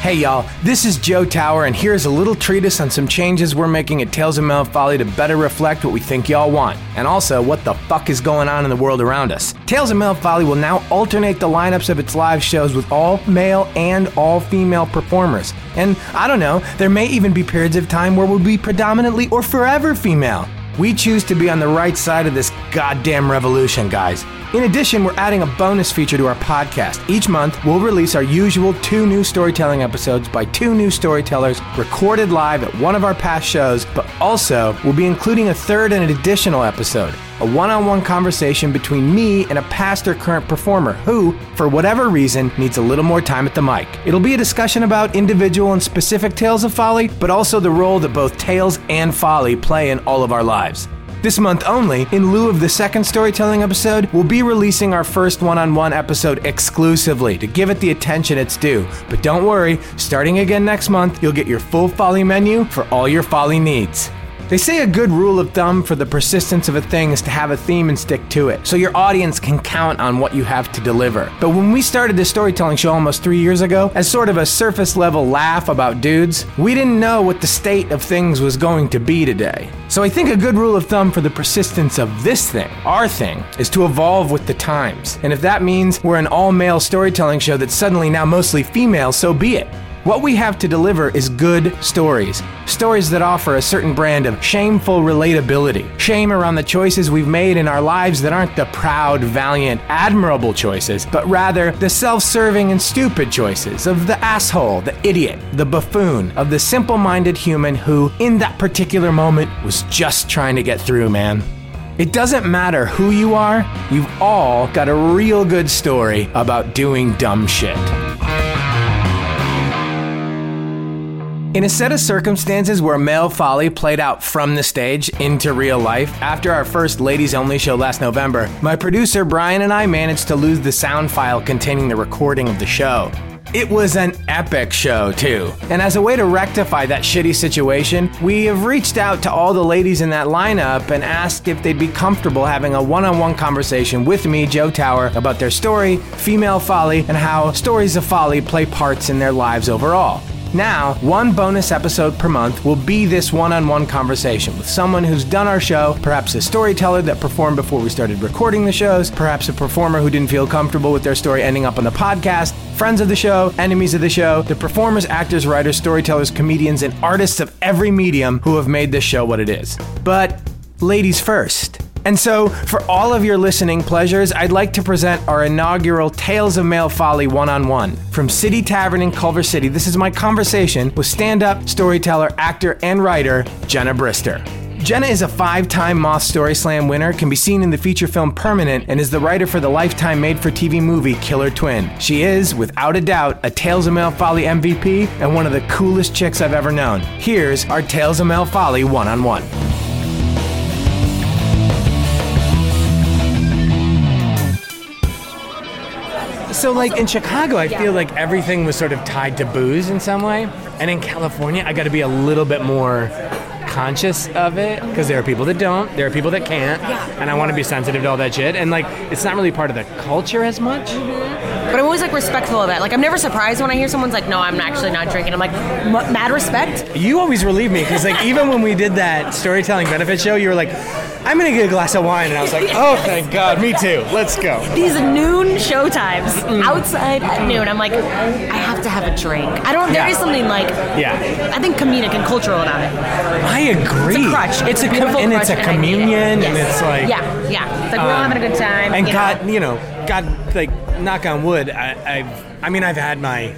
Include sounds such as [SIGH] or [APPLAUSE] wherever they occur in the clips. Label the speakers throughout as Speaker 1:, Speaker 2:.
Speaker 1: Hey y'all, this is Joe Tower, and here's a little treatise on some changes we're making at Tales of Mount Folly to better reflect what we think y'all want, and also what the fuck is going on in the world around us. Tales of Mount Folly will now alternate the lineups of its live shows with all male and all female performers. And I don't know, there may even be periods of time where we'll be predominantly or forever female. We choose to be on the right side of this goddamn revolution, guys. In addition, we're adding a bonus feature to our podcast. Each month, we'll release our usual two new storytelling episodes by two new storytellers recorded live at one of our past shows, but also we'll be including a third and an additional episode a one on one conversation between me and a past or current performer who, for whatever reason, needs a little more time at the mic. It'll be a discussion about individual and specific tales of folly, but also the role that both tales and folly play in all of our lives. This month only, in lieu of the second storytelling episode, we'll be releasing our first one on one episode exclusively to give it the attention it's due. But don't worry, starting again next month, you'll get your full folly menu for all your folly needs. They say a good rule of thumb for the persistence of a thing is to have a theme and stick to it, so your audience can count on what you have to deliver. But when we started this storytelling show almost three years ago, as sort of a surface level laugh about dudes, we didn't know what the state of things was going to be today. So I think a good rule of thumb for the persistence of this thing, our thing, is to evolve with the times. And if that means we're an all male storytelling show that's suddenly now mostly female, so be it. What we have to deliver is good stories. Stories that offer a certain brand of shameful relatability. Shame around the choices we've made in our lives that aren't the proud, valiant, admirable choices, but rather the self serving and stupid choices of the asshole, the idiot, the buffoon, of the simple minded human who, in that particular moment, was just trying to get through, man. It doesn't matter who you are, you've all got a real good story about doing dumb shit. In a set of circumstances where male folly played out from the stage into real life, after our first ladies only show last November, my producer Brian and I managed to lose the sound file containing the recording of the show. It was an epic show, too. And as a way to rectify that shitty situation, we have reached out to all the ladies in that lineup and asked if they'd be comfortable having a one on one conversation with me, Joe Tower, about their story, female folly, and how stories of folly play parts in their lives overall. Now, one bonus episode per month will be this one on one conversation with someone who's done our show, perhaps a storyteller that performed before we started recording the shows, perhaps a performer who didn't feel comfortable with their story ending up on the podcast, friends of the show, enemies of the show, the performers, actors, writers, storytellers, comedians, and artists of every medium who have made this show what it is. But, ladies first. And so, for all of your listening pleasures, I'd like to present our inaugural Tales of Male Folly one on one. From City Tavern in Culver City, this is my conversation with stand up, storyteller, actor, and writer Jenna Brister. Jenna is a five time Moth Story Slam winner, can be seen in the feature film Permanent, and is the writer for the lifetime made for TV movie Killer Twin. She is, without a doubt, a Tales of Male Folly MVP and one of the coolest chicks I've ever known. Here's our Tales of Male Folly one on one. So, like in Chicago, I feel like everything was sort of tied to booze in some way. And in California, I got to be a little bit more conscious of it because there are people that don't, there are people that can't, and I want to be sensitive to all that shit. And like, it's not really part of the culture as much.
Speaker 2: But I'm always like respectful of that. Like I'm never surprised when I hear someone's like, "No, I'm actually not drinking." I'm like, "M- mad respect.
Speaker 1: You always relieve me because, like, even when we did that storytelling benefit show, you were like, "I'm gonna get a glass of wine," and I was
Speaker 2: [LAUGHS]
Speaker 1: like, "Oh, thank God, me too. Let's go."
Speaker 2: These noon show times outside at noon. I'm like, I have to have a drink. I don't. There
Speaker 1: Yeah.
Speaker 2: is something like,
Speaker 1: Yeah,
Speaker 2: I think comedic and cultural about it.
Speaker 1: I agree.
Speaker 2: It's a crutch.
Speaker 1: It's a
Speaker 2: beautiful
Speaker 1: com- and it's
Speaker 2: crutch,
Speaker 1: a
Speaker 2: I need it.
Speaker 1: communion, and
Speaker 2: Yes.
Speaker 1: it's like
Speaker 2: yeah, yeah. It's like we're all
Speaker 1: um,
Speaker 2: having a good time.
Speaker 1: And
Speaker 2: you know.
Speaker 1: God, you know, God, like, knock on wood. I, I've, I mean, I've had my,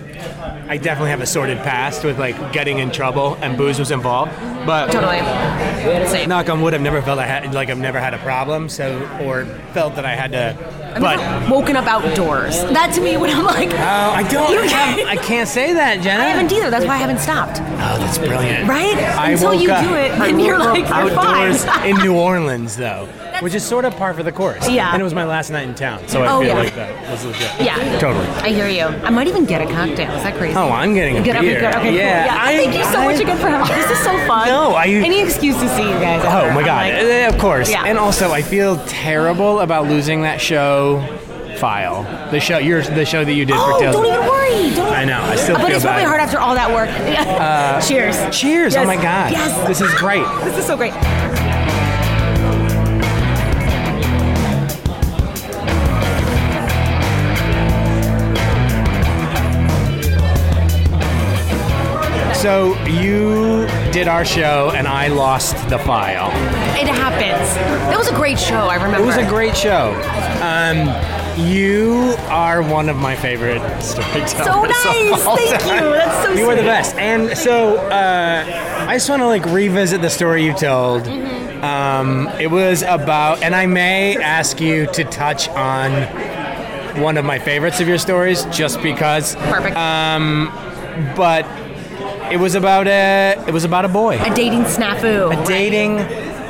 Speaker 1: I definitely have a sordid past with like getting in trouble and booze was involved, but
Speaker 2: totally. Same.
Speaker 1: knock on wood, I've never felt I had like I've never had a problem, so or felt that I had to. But uh,
Speaker 2: Woken up outdoors. That to me, when I'm like,
Speaker 1: I don't.
Speaker 2: You-
Speaker 1: have- I can't say that, Jenna.
Speaker 2: I haven't either. That's why I haven't stopped.
Speaker 1: Oh, that's brilliant.
Speaker 2: Right?
Speaker 1: I
Speaker 2: Until
Speaker 1: woke
Speaker 2: you
Speaker 1: up-
Speaker 2: do it,
Speaker 1: I
Speaker 2: and you're
Speaker 1: woke
Speaker 2: like,
Speaker 1: up
Speaker 2: you're
Speaker 1: outdoors
Speaker 2: fine. [LAUGHS]
Speaker 1: in New Orleans, though, which is sort of par for the course.
Speaker 2: Yeah.
Speaker 1: And it was my last night in town, so I
Speaker 2: Oh,
Speaker 1: feel
Speaker 2: yeah.
Speaker 1: like that was legit.
Speaker 2: Yeah.
Speaker 1: Totally.
Speaker 2: I hear you. I might even get a cocktail. Is that crazy?
Speaker 1: Oh, I'm getting a
Speaker 2: Get up
Speaker 1: beer.
Speaker 2: and go. Okay,
Speaker 1: yeah.
Speaker 2: cool. Yeah.
Speaker 1: I-
Speaker 2: Thank you so much
Speaker 1: I-
Speaker 2: again for having This is so fun.
Speaker 1: No, I-
Speaker 2: Any excuse to see you guys.
Speaker 1: Oh
Speaker 2: ever.
Speaker 1: my
Speaker 2: I'm
Speaker 1: god!
Speaker 2: like-
Speaker 1: Eh, of course.
Speaker 2: Yeah.
Speaker 1: And also, I feel terrible about losing that show file. The show, your the show that you did
Speaker 2: oh,
Speaker 1: for Tales.
Speaker 2: don't even worry. Don't.
Speaker 1: I know, I still
Speaker 2: But
Speaker 1: feel
Speaker 2: it's probably
Speaker 1: bad. Uh,
Speaker 2: hard after all that work. [LAUGHS] Cheers.
Speaker 1: Cheers!
Speaker 2: Yes.
Speaker 1: Oh my god!
Speaker 2: Yes.
Speaker 1: This is great.
Speaker 2: This is
Speaker 1: [LAUGHS]
Speaker 2: so great.
Speaker 1: So you did our show, and I lost the file.
Speaker 2: It happens. It was a great show. I remember.
Speaker 1: It was a great show. Um, you are one of my favorite [LAUGHS] storytellers.
Speaker 2: So nice.
Speaker 1: of all
Speaker 2: Thank
Speaker 1: time.
Speaker 2: you. That's so
Speaker 1: You are the
Speaker 2: sweet.
Speaker 1: best. And so uh, I just want to like revisit the story you told. Um, it was about, and I may ask you to touch on one of my favorites of your stories, just because.
Speaker 2: Perfect.
Speaker 1: But it was about a it was about a boy,
Speaker 2: a dating snafu.
Speaker 1: a dating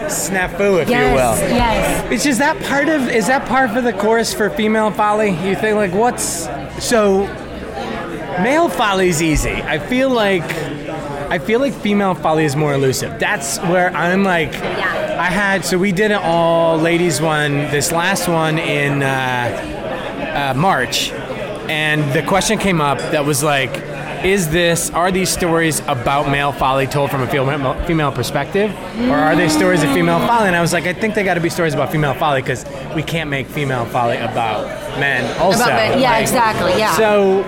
Speaker 1: snafu, if you will.
Speaker 2: Yes. Yes.
Speaker 1: It's just that part of is that part for the chorus for female folly? You think like what's so male folly's easy. I feel like I feel like female folly is more elusive. That's where I'm like
Speaker 2: Yeah.
Speaker 1: I had so we did an all ladies one this last one in uh, uh, March, and the question came up that was like, is this are these stories about male folly told from a female female perspective, or are they stories of female folly? And I was like, I think they got to be stories about female folly because we can't make female folly about men. Also,
Speaker 2: About men. Yeah,
Speaker 1: Like,
Speaker 2: exactly. Yeah.
Speaker 1: So,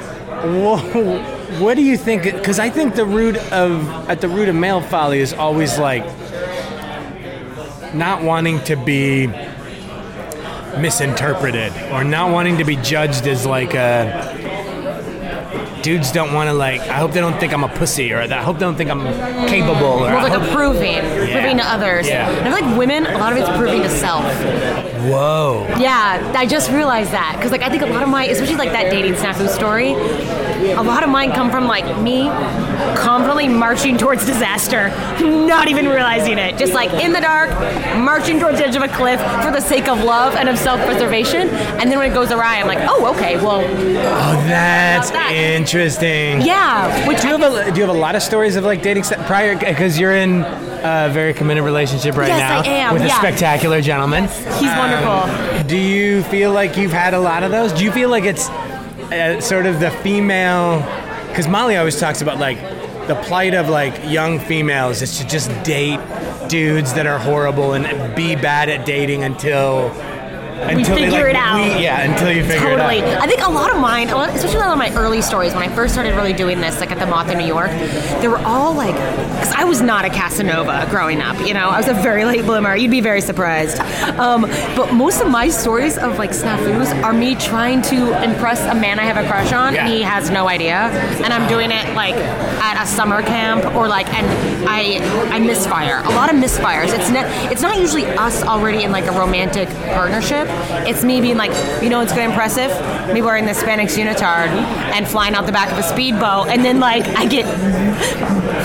Speaker 1: wha- what do you think? Because I think the root of at the root of male folly is always like not wanting to be misinterpreted or not wanting to be judged as like a dudes don't want to like i hope they don't think i'm a pussy or i hope they don't think i'm capable or
Speaker 2: More
Speaker 1: I
Speaker 2: like
Speaker 1: hope-
Speaker 2: approving, proving to others.
Speaker 1: Yeah.
Speaker 2: And I feel like women, a lot of it's proving to self.
Speaker 1: whoa
Speaker 2: Yeah, I just realized that because like I think a lot of my, especially like that dating snafu story, a lot of mine come from like me confidently marching towards disaster, [LAUGHS] not even realizing it, just like in the dark, marching towards the edge of a cliff for the sake of love and of self-preservation. And then when it goes awry, I'm like, oh, okay, well,
Speaker 1: oh that's
Speaker 2: About that.
Speaker 1: interesting
Speaker 2: yeah. Which
Speaker 1: do you, have a, do you have a lot of stories of like dating st- prior because you're in a very committed relationship right
Speaker 2: Yes,
Speaker 1: now
Speaker 2: I am,
Speaker 1: with a
Speaker 2: yeah.
Speaker 1: spectacular gentleman
Speaker 2: he's wonderful.
Speaker 1: Do you feel like you've had a lot of those? Do you feel like it's uh, sort of the female? Because Molly always talks about like the plight of like young females is to just date dudes that are horrible and be bad at dating until until they,
Speaker 2: figure
Speaker 1: like,
Speaker 2: it out.
Speaker 1: we- yeah, until you figure
Speaker 2: Totally.
Speaker 1: it out.
Speaker 2: I think a lot of mine, a lot, especially a lot of my early stories when I first started really doing this, like at the Moth in New York, they were all like, because I was not a Casanova growing up, you know, I was a very late bloomer. You'd be very surprised. Um, but most of my stories of like snafus are me trying to impress a man I have a crush on, and
Speaker 1: Yeah.
Speaker 2: he has no idea, and I'm doing it like at a summer camp or like, and I I misfire. A lot of misfires. It's not it's not usually us already in like a romantic partnership. It's me being like, you know, it's good impressive. Me wearing the Spanish unitard and flying out the back of a speedboat, and then like I get [LAUGHS]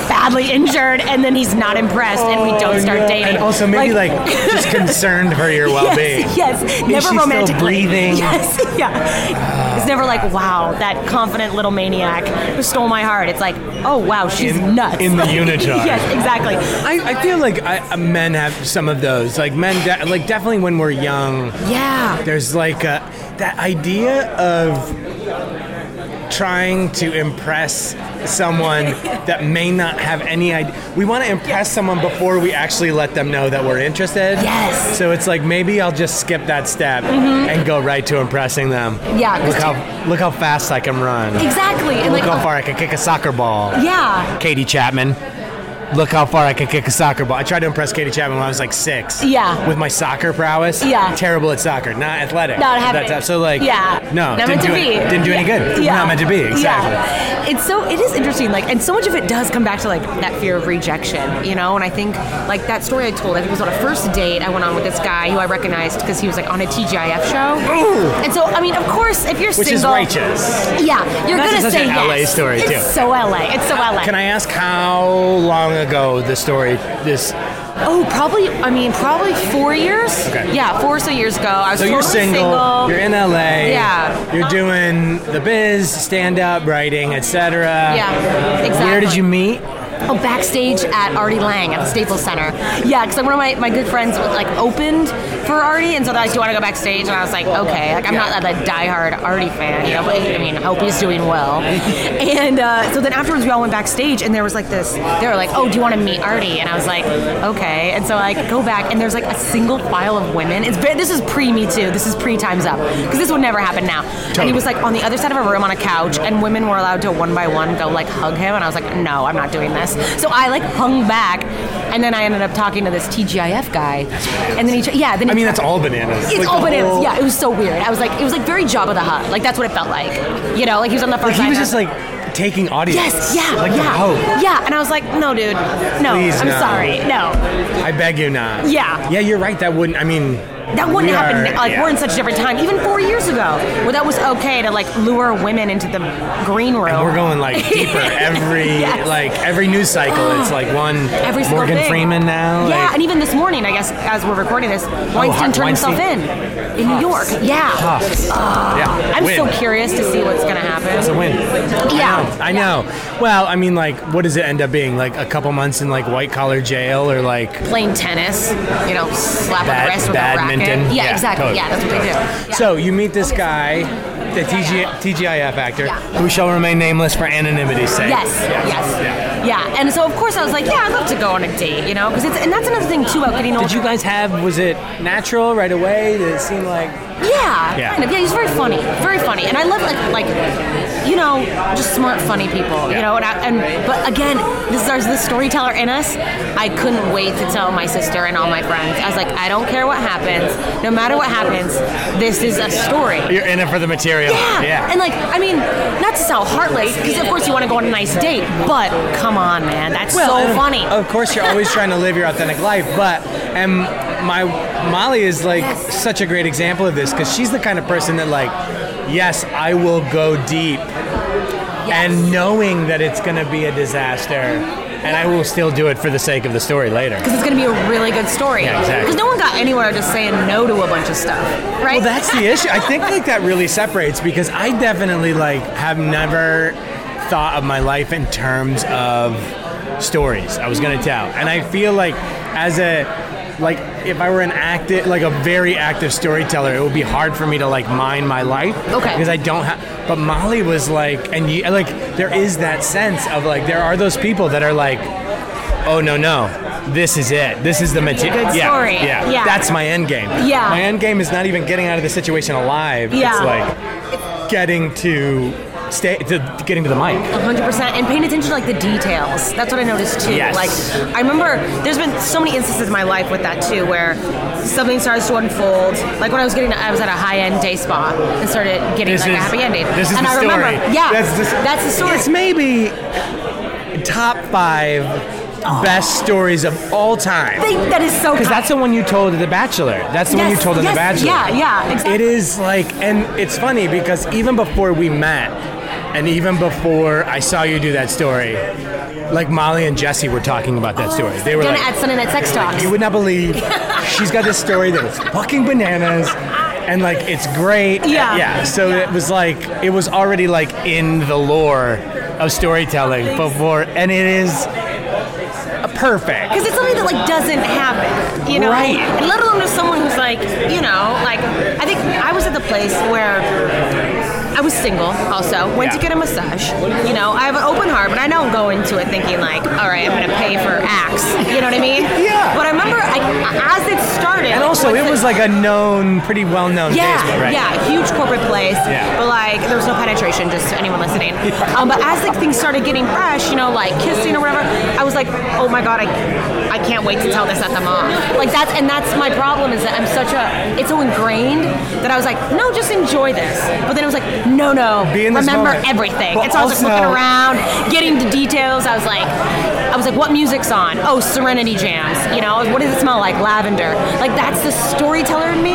Speaker 2: badly injured, and then he's not impressed, and we don't start
Speaker 1: Oh, Yeah,
Speaker 2: dating.
Speaker 1: And also maybe like, just
Speaker 2: [LAUGHS]
Speaker 1: concerned for your well-being.
Speaker 2: Yes, [LAUGHS] yes.
Speaker 1: she
Speaker 2: never
Speaker 1: still
Speaker 2: romantically.
Speaker 1: breathing?
Speaker 2: [LAUGHS] Yes, yeah. It's never like, wow, that confident little maniac who stole my heart. It's like, oh wow, she's
Speaker 1: In-
Speaker 2: nuts.
Speaker 1: in the
Speaker 2: [LAUGHS]
Speaker 1: unitard.
Speaker 2: yes, exactly.
Speaker 1: I, I feel like I, uh, men have some of those. Like men, de- like definitely when we're young,
Speaker 2: Yeah.
Speaker 1: There's like a, that idea of trying to impress
Speaker 2: [LAUGHS]
Speaker 1: someone that may not have any idea. We want to impress someone before we actually let them know that we're interested.
Speaker 2: Yes. Mm-hmm.
Speaker 1: So it's like maybe I'll just skip that step and go right to impressing them.
Speaker 2: Yeah, 'cause
Speaker 1: Look
Speaker 2: t-
Speaker 1: how look how fast I can run.
Speaker 2: Exactly. And
Speaker 1: Look
Speaker 2: like,
Speaker 1: how far I can kick a soccer ball.
Speaker 2: yeah.
Speaker 1: Katie Chapman. Look how far I can kick a soccer ball. I tried to impress Katie Chapman when I was like six.
Speaker 2: Yeah.
Speaker 1: With my soccer prowess.
Speaker 2: Yeah.
Speaker 1: Terrible at soccer. Not athletic.
Speaker 2: Not
Speaker 1: That
Speaker 2: happening.
Speaker 1: type- So like.
Speaker 2: yeah,
Speaker 1: No.
Speaker 2: not
Speaker 1: didn't
Speaker 2: meant
Speaker 1: do
Speaker 2: to
Speaker 1: it-
Speaker 2: be.
Speaker 1: Didn't do any
Speaker 2: Yeah.
Speaker 1: good.
Speaker 2: Yeah,
Speaker 1: Not meant to be. Exactly.
Speaker 2: Yeah. It's so it is interesting. Like, and so much of it does come back to like that fear of rejection, you know. And I think like that story I told. I think it was on a first date I went on with this guy who I recognized because he was like on a TGIF show. And so I mean, of course, if you're
Speaker 1: Which is
Speaker 2: single,
Speaker 1: righteous.
Speaker 2: yeah, you're
Speaker 1: That's
Speaker 2: gonna
Speaker 1: such
Speaker 2: say
Speaker 1: an
Speaker 2: yes.
Speaker 1: LA story,
Speaker 2: it's
Speaker 1: too.
Speaker 2: so LA. It's so LA.
Speaker 1: Can I ask how long ago the story? This.
Speaker 2: Oh, probably. I mean, probably four years.
Speaker 1: Okay.
Speaker 2: Yeah, four or so years ago. I was
Speaker 1: So you're
Speaker 2: totally
Speaker 1: single, You're in LA.
Speaker 2: Yeah.
Speaker 1: You're doing the biz, stand up, writing, etc.
Speaker 2: Yeah, exactly.
Speaker 1: Where did you meet?
Speaker 2: Oh, backstage at Artie Lang at the Staples Center. Yeah, because one of my, my good friends like opened for Artie, and so they're like, "Do you want to go backstage?" And I was like, "Okay." Like, I'm not a diehard Artie fan, you know, but I mean, I hope he's doing well. and uh, so then afterwards, we all went backstage, and there was like this. They were like, "Oh, do you want to meet Artie?" And I was like, "Okay." And so I like, go back, and there's like a single file of women. It's ve- this is pre Me Too. This is pre Times Up because this would never happen now. And he was like on the other side of a room on a couch, and women were allowed to one by one go like hug him, and I was like, no, I'm not doing this. So I like hung back, and then I ended up talking to this TGIF guy, and then he tra- yeah, then he
Speaker 1: I mean, that's all bananas.
Speaker 2: It's
Speaker 1: Like, the
Speaker 2: all bananas.
Speaker 1: whole-
Speaker 2: yeah, it was so weird. I was like, it was like very Jabba the Hutt. Like that's what it felt like. You know, like he was on the front
Speaker 1: Like, he was
Speaker 2: side of-
Speaker 1: just like taking audience.
Speaker 2: Yes, yeah,
Speaker 1: Like oh, the
Speaker 2: yeah,
Speaker 1: hope.
Speaker 2: yeah, and I was like, no, dude, no,
Speaker 1: Please,
Speaker 2: I'm
Speaker 1: no.
Speaker 2: sorry, no,
Speaker 1: I beg you not.
Speaker 2: Yeah.
Speaker 1: Yeah, you're right. That wouldn't. I mean,
Speaker 2: that wouldn't
Speaker 1: we
Speaker 2: happen.
Speaker 1: are-
Speaker 2: now. Like
Speaker 1: yeah.
Speaker 2: we're in such a different time. Even four years ago, where that was okay to like lure women into the green room.
Speaker 1: We're going
Speaker 2: [LAUGHS]
Speaker 1: like deeper every
Speaker 2: Yes.
Speaker 1: like every news cycle. It's like one
Speaker 2: every single
Speaker 1: Morgan
Speaker 2: thing.
Speaker 1: Freeman now.
Speaker 2: Yeah,
Speaker 1: like-
Speaker 2: and even this morning, I guess, as we're recording this, Weinstein
Speaker 1: Har-
Speaker 2: turned
Speaker 1: Weinstein.
Speaker 2: himself in in New York. Yeah.
Speaker 1: Puffs. ah, yeah,
Speaker 2: Ah, I'm
Speaker 1: win.
Speaker 2: so curious to see what's going to happen.
Speaker 1: It's a win.
Speaker 2: Yeah.
Speaker 1: I know. Well, I mean, like, what does it end up being? Like a couple months in like white collar jail, or like
Speaker 2: Playing tennis, you know, slap on
Speaker 1: Bad-
Speaker 2: the wrist with a
Speaker 1: badminton.
Speaker 2: racket. Yeah,
Speaker 1: Yeah,
Speaker 2: exactly.
Speaker 1: totally.
Speaker 2: Yeah, that's what they do. Yeah.
Speaker 1: So you meet this guy, the TG, TGIF actor,
Speaker 2: Yeah.
Speaker 1: who shall remain nameless for anonymity's sake.
Speaker 2: Yes, yes, yeah. and so of course I was like, yeah, I'd love to go on a date, you know, because it's and that's another thing too about getting older.
Speaker 1: Did you guys have? Was it natural right away? Did it seem like?
Speaker 2: Yeah,
Speaker 1: Yeah.
Speaker 2: kind of. Yeah, he's very funny, very funny, and I love like, like you know, just smart, funny people. You know, and, I, and but again, this is our, the storyteller in us. I couldn't wait to tell my sister and all my friends. I was like, I don't care what happens, no matter what happens, this is a story.
Speaker 1: You're in it for the material.
Speaker 2: Yeah. And like, I mean, not to sound heartless, because of course you want to go on a nice date, but come on, man, that's so
Speaker 1: and
Speaker 2: funny.
Speaker 1: Of course, you're always trying to live your authentic life, but and my Molly is like
Speaker 2: Yes.
Speaker 1: such a great example of this because she's the kind of person that like, yes, I will go deep, and knowing that it's going to be a disaster, and I will still do it for the sake of the story later.
Speaker 2: because it's going to be a really good story.
Speaker 1: Yeah, exactly.
Speaker 2: Because no one got anywhere just saying no to a bunch of stuff, right?
Speaker 1: Well, that's the issue. I think like that really separates because I definitely like have never thought of my life in terms of stories I was gonna tell, and I feel like as a like if I were an active like a very active storyteller, it would be hard for me to like mine my life.
Speaker 2: Okay.
Speaker 1: Because I don't have. But Molly was like, and you, like there is that sense of like there are those people that are like, oh no no. This is it. This is the material.
Speaker 2: Good
Speaker 1: yeah,
Speaker 2: story.
Speaker 1: Yeah.
Speaker 2: Yeah.
Speaker 1: That's my end game.
Speaker 2: Yeah.
Speaker 1: My end game is not even getting out of the situation alive.
Speaker 2: Yeah.
Speaker 1: It's like getting to stay to getting to the mic.
Speaker 2: 100% and paying attention to like the details that's what i noticed too
Speaker 1: Yes.
Speaker 2: like i remember there's been so many instances in my life with that too where something starts to unfold like when i was getting i was at a high-end day spa and started getting
Speaker 1: This
Speaker 2: like a
Speaker 1: is-
Speaker 2: happy ending
Speaker 1: this is
Speaker 2: and
Speaker 1: the
Speaker 2: i
Speaker 1: story.
Speaker 2: remember yeah
Speaker 1: That's
Speaker 2: that's
Speaker 1: the-
Speaker 2: the, story
Speaker 1: It's maybe top five best stories of all time.
Speaker 2: They- that is so
Speaker 1: Because that's the one you told at The Bachelor. That's the one you
Speaker 2: Yes,
Speaker 1: told in
Speaker 2: yes,
Speaker 1: The Bachelor.
Speaker 2: yeah, yeah, exactly.
Speaker 1: It is like, and it's funny because even before we met, and even before I saw you do that story, like Molly and Jesse were talking about
Speaker 2: Oh,
Speaker 1: that story. They were
Speaker 2: Jenna
Speaker 1: like,
Speaker 2: at Sunday Night Sex Talks.
Speaker 1: You would not believe she's got this story that is fucking bananas and like it's great.
Speaker 2: Yeah.
Speaker 1: Yeah. So it was like it was already like in the lore of storytelling before and it is perfect.
Speaker 2: because it's something that like doesn't happen, you know.
Speaker 1: Right.
Speaker 2: And let alone if someone who's like, you know, like I think I was at the place where I I was single also. Went to
Speaker 1: Yeah.
Speaker 2: get a massage. You know, I have an open heart, but I don't go into it thinking like, all right, I'm going to pay for Axe. You know what I mean?
Speaker 1: Yeah.
Speaker 2: But I remember I, as it started.
Speaker 1: And also,
Speaker 2: once
Speaker 1: it was like a known, pretty well-known
Speaker 2: yeah,
Speaker 1: baseball, right?
Speaker 2: yeah, huge corporate place.
Speaker 1: Yeah.
Speaker 2: But like, there was no penetration, just to anyone listening. Um, but as like things started getting fresh, you know, like kissing or whatever, I was like, oh my god, I, I can't wait to tell this at the mom. Like that's and that's my problem is that I'm such a, it's so ingrained that I was like, no, just enjoy this. But then it was like, no, no,
Speaker 1: Be in this
Speaker 2: remember
Speaker 1: moment.
Speaker 2: everything.
Speaker 1: But
Speaker 2: and so I was just
Speaker 1: also-
Speaker 2: looking around, getting the details. I was like, I was like, what music's on? Oh, Serenity Jams. You know, what does it smell like? Lavender. Like that's the storyteller in me.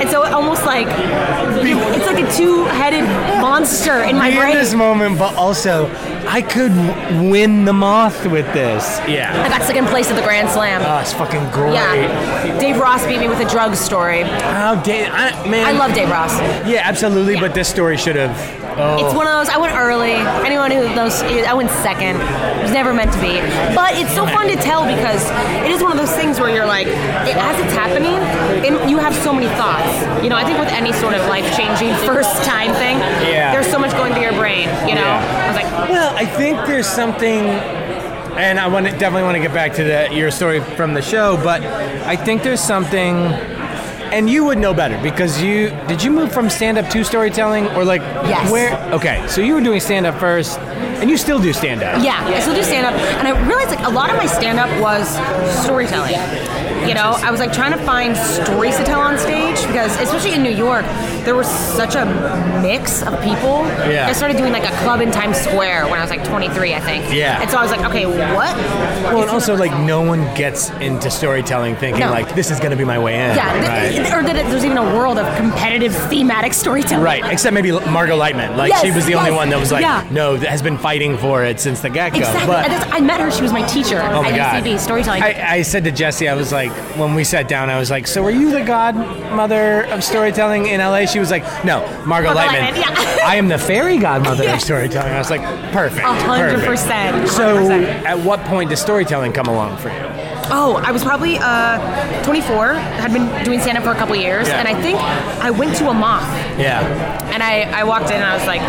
Speaker 2: And so it almost like it's like a two-headed monster in my
Speaker 1: Be
Speaker 2: brain.
Speaker 1: in this moment, but also, I could w- win the moth with this.
Speaker 2: I
Speaker 1: Yeah.
Speaker 2: got second place at the Grand Slam.
Speaker 1: Oh, it's fucking great.
Speaker 2: yeah. Dave Ross beat me with a drug story.
Speaker 1: Oh, Dave, I, man.
Speaker 2: I love Dave Ross.
Speaker 1: Yeah, absolutely.
Speaker 2: Yeah.
Speaker 1: But this story should have. Oh.
Speaker 2: It's one of those. I went early. Anyone who knows, I went second. It was never meant to be. But it's so fun to tell because it is one of those things where you're like, it, as it's happening, and you have so many thoughts. You know, I think with any sort of life [LAUGHS] changing first time thing,
Speaker 1: Yeah.
Speaker 2: there's so much going through your brain. You know,
Speaker 1: Yeah.
Speaker 2: I was like,
Speaker 1: Well, I think there's something, and I want to, definitely want to get back to the, your story from the show, but I think there's something, and you would know better because you did you move from stand up to storytelling or like
Speaker 2: Yes.
Speaker 1: where? Okay, so you were doing stand up first, and you still do stand up.
Speaker 2: yeah, I still do stand up, and I realized like a lot of my stand up was storytelling. You know, I was like trying to find stories to tell on stage because, especially in New York, there was such a mix of people.
Speaker 1: Yeah.
Speaker 2: I started doing like a club in Times Square when I was like 23, I think.
Speaker 1: Yeah.
Speaker 2: And so I was like, okay, what?
Speaker 1: Well, and also like no one gets into storytelling thinking
Speaker 2: No.
Speaker 1: like this is going to be my way in.
Speaker 2: Yeah, th-
Speaker 1: Right.
Speaker 2: or that it- there's even a world of competitive thematic storytelling.
Speaker 1: Right, except maybe Margot Lightman. Like she
Speaker 2: Yes,
Speaker 1: was the only
Speaker 2: yes,
Speaker 1: one that was like,
Speaker 2: yeah.
Speaker 1: no, that has been fighting for it since the get go.
Speaker 2: Exactly. And that's- I met her. She was my teacher
Speaker 1: Oh my
Speaker 2: at
Speaker 1: god!
Speaker 2: UCB storytelling.
Speaker 1: I, I said to Jesse, I was like, when we sat down, I was like, so were you the godmother of storytelling in LA? She was like, no, Margot
Speaker 2: Margot
Speaker 1: Lightman.
Speaker 2: Lightman, yeah.
Speaker 1: [LAUGHS] I am the fairy godmother of
Speaker 2: Yes.
Speaker 1: storytelling. I was like, perfect.
Speaker 2: A hundred
Speaker 1: perfect.
Speaker 2: percent,
Speaker 1: So,
Speaker 2: 100%.
Speaker 1: at what point does storytelling come along for you?
Speaker 2: Oh, I was probably uh, 24, had been doing stand up for a couple years,
Speaker 1: Yeah.
Speaker 2: and I think I went to a moth.
Speaker 1: Yeah.
Speaker 2: And I, I walked in and I was like,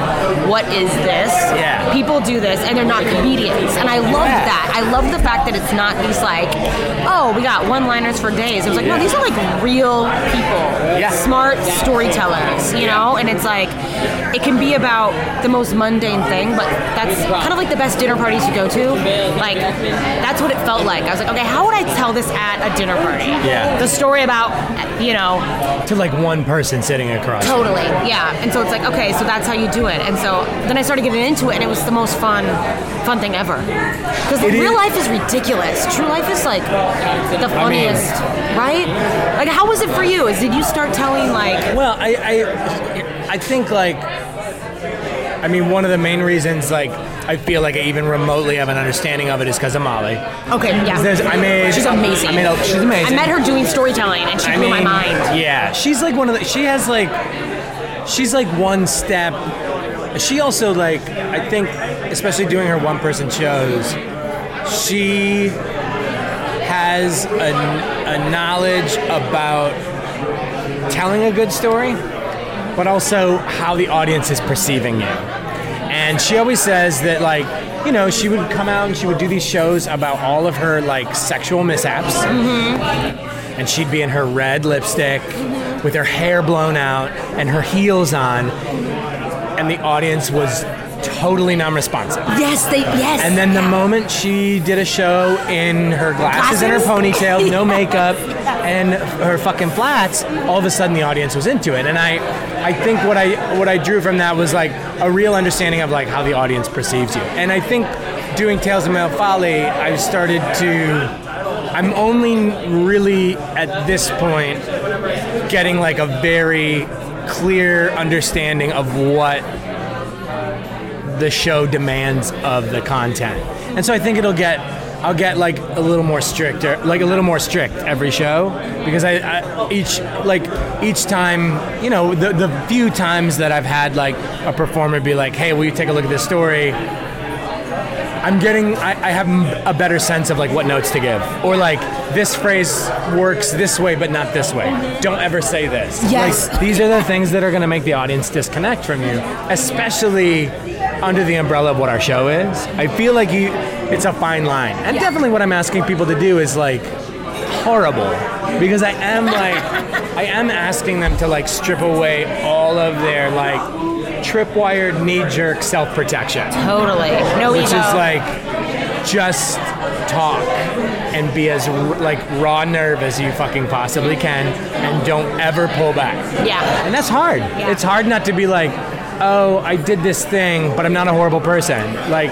Speaker 2: what is this?
Speaker 1: Yeah.
Speaker 2: People do this and they're not comedians. And I loved
Speaker 1: Yeah.
Speaker 2: that. I loved the fact that it's not these like, oh, we got one liners for days. It was like, no, these are like real people.
Speaker 1: Yeah.
Speaker 2: Smart storytellers, you know? And it's like, it can be about the most mundane thing, but that's kind of like the best dinner parties you go to. Like, that's what it felt like. I was like, okay, how would I tell this at a dinner party?
Speaker 1: Yeah.
Speaker 2: The story about, you know,
Speaker 1: To like one person sitting across. you.
Speaker 2: Totally, yeah. And so it's like, okay, so that's how you do it. And so then I started getting into it, and it was the most fun, fun thing ever. Because
Speaker 1: It is-
Speaker 2: real life is ridiculous. True life is like the
Speaker 1: mean-
Speaker 2: funniest, right? Like, how was it for you? Is did you start telling like?
Speaker 1: Well, I, I, I think like, I mean, one of the main reasons like I feel like I even remotely have an understanding of it is because of Molly.
Speaker 2: Okay, yeah.
Speaker 1: There's- I made-
Speaker 2: she's amazing.
Speaker 1: I made a- she's amazing.
Speaker 2: I met her doing storytelling, and she
Speaker 1: I
Speaker 2: blew
Speaker 1: mean,
Speaker 2: my mind.
Speaker 1: Yeah, she's like one of the. She has like, she's like one step. She also like, I think, especially doing her one person shows, she has a, a knowledge about telling a good story, but also how the audience is perceiving you. And she always says that, like, you know, she would come out and she would do these shows about all of her, like, sexual mishaps. And she'd be in her red lipstick with her hair blown out and her heels on. And the audience was totally non responsive.
Speaker 2: Yes, they yes.
Speaker 1: [LAUGHS] And then the moment she did a show in her glasses and her
Speaker 2: Glasses?
Speaker 1: ponytail, no makeup, and her fucking flats, all of a sudden the audience was into it. And I, I think what I what I drew from that was like a real understanding of like how the audience perceives you. And I think doing Tales of Mount Folly, I've started to. I'm only really at this point getting like a very clear understanding of what the show demands of the content. And so I think it'll get I'll get like a little more strict or like a little more strict every show because I, I each like each time you know the the few times that I've had like a performer be like hey will you take a look at this story I'm getting, I, I have m- a better sense of like what notes to give, or like this phrase works this way but not this way. Don't ever say this. Like,
Speaker 2: Yes.
Speaker 1: these are the things that are going to make the audience disconnect from you, especially under the umbrella of what our show is. I feel like you, it's a fine line, and definitely what I'm asking people to do is like horrible because I am like I am asking them to like strip away all of their like tripwired knee-jerk self-protection
Speaker 2: Totally. No
Speaker 1: which
Speaker 2: ego.
Speaker 1: is like just talk and be as like raw nerve as you fucking possibly can and don't ever pull back
Speaker 2: yeah.
Speaker 1: and that's hard
Speaker 2: Yeah.
Speaker 1: it's hard not to be like oh i did this thing but i'm not a horrible person like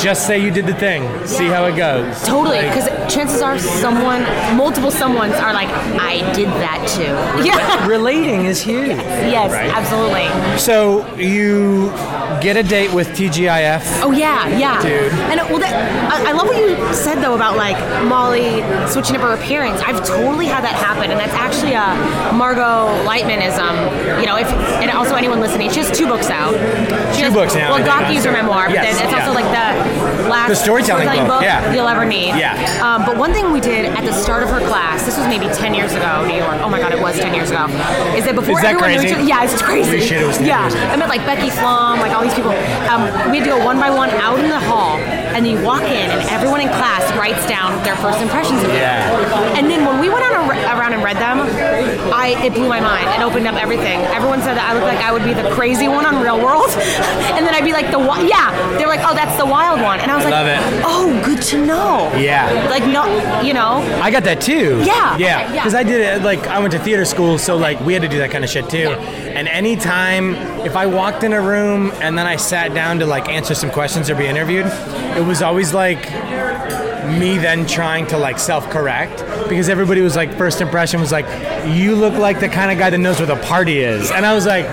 Speaker 1: just say you did the thing see how it goes
Speaker 2: Totally,
Speaker 1: Like,
Speaker 2: because chances are someone, multiple someone's are like, I did that too. Yeah.
Speaker 1: relating is huge
Speaker 2: [LAUGHS] yes,
Speaker 1: Right.
Speaker 2: absolutely.
Speaker 1: so you get a date with tgif
Speaker 2: Oh yeah, yeah.
Speaker 1: Dude.
Speaker 2: And uh, well, that, I, I love what you said though about like Molly switching up her appearance. I've totally had that happen, and that's actually a Margot Lightmanism. You know, if and also anyone listening, she has two books out. She
Speaker 1: Two
Speaker 2: has-
Speaker 1: books now, I
Speaker 2: Well,
Speaker 1: think, on
Speaker 2: Gocky's her
Speaker 1: Instagram.
Speaker 2: memoir, but
Speaker 1: Yes,
Speaker 2: then it's
Speaker 1: yeah.
Speaker 2: also like the last
Speaker 1: The storytelling book, yeah.
Speaker 2: you'll ever need.
Speaker 1: Yeah.
Speaker 2: Um, but one thing we did at the start of her class, this was maybe ten years ago, New York. Oh my God, it was ten years ago. Is that before
Speaker 1: Is that
Speaker 2: everyone knew
Speaker 1: crazy?
Speaker 2: each other? Yeah, it's crazy.
Speaker 1: Holy shit, it was 10
Speaker 2: yeah.
Speaker 1: years ago.
Speaker 2: I met like Becky Flom, like all these people. Um, we had to go one by one out in the hall, and then you walk in, and everyone in class writes down their first impressions of you.
Speaker 1: Yeah.
Speaker 2: And then when we went on a, around and read them, I it blew my mind. It opened up everything. Everyone said that I looked like I would be the crazy one on Real World, [LAUGHS] and then I'd be like the wi- yeah. They were like, oh, that's the wild one, and I was
Speaker 1: I
Speaker 2: like,
Speaker 1: love it.
Speaker 2: oh, good to know.
Speaker 1: Yeah.
Speaker 2: Like no, you know,
Speaker 1: I got that too.
Speaker 2: Yeah.
Speaker 1: Yeah.
Speaker 2: Okay, yeah.
Speaker 1: Because I did it, like, I went to theater school, so, like, we had to do that kind of shit too.
Speaker 2: Yeah.
Speaker 1: And anytime, if I walked in a room and then I sat down to, like, answer some questions or be interviewed, it was always like me then trying to, like, self correct. Because everybody was like, first impression was like, you look like the kind of guy that knows where the party is. And I was
Speaker 2: [LAUGHS]
Speaker 1: like,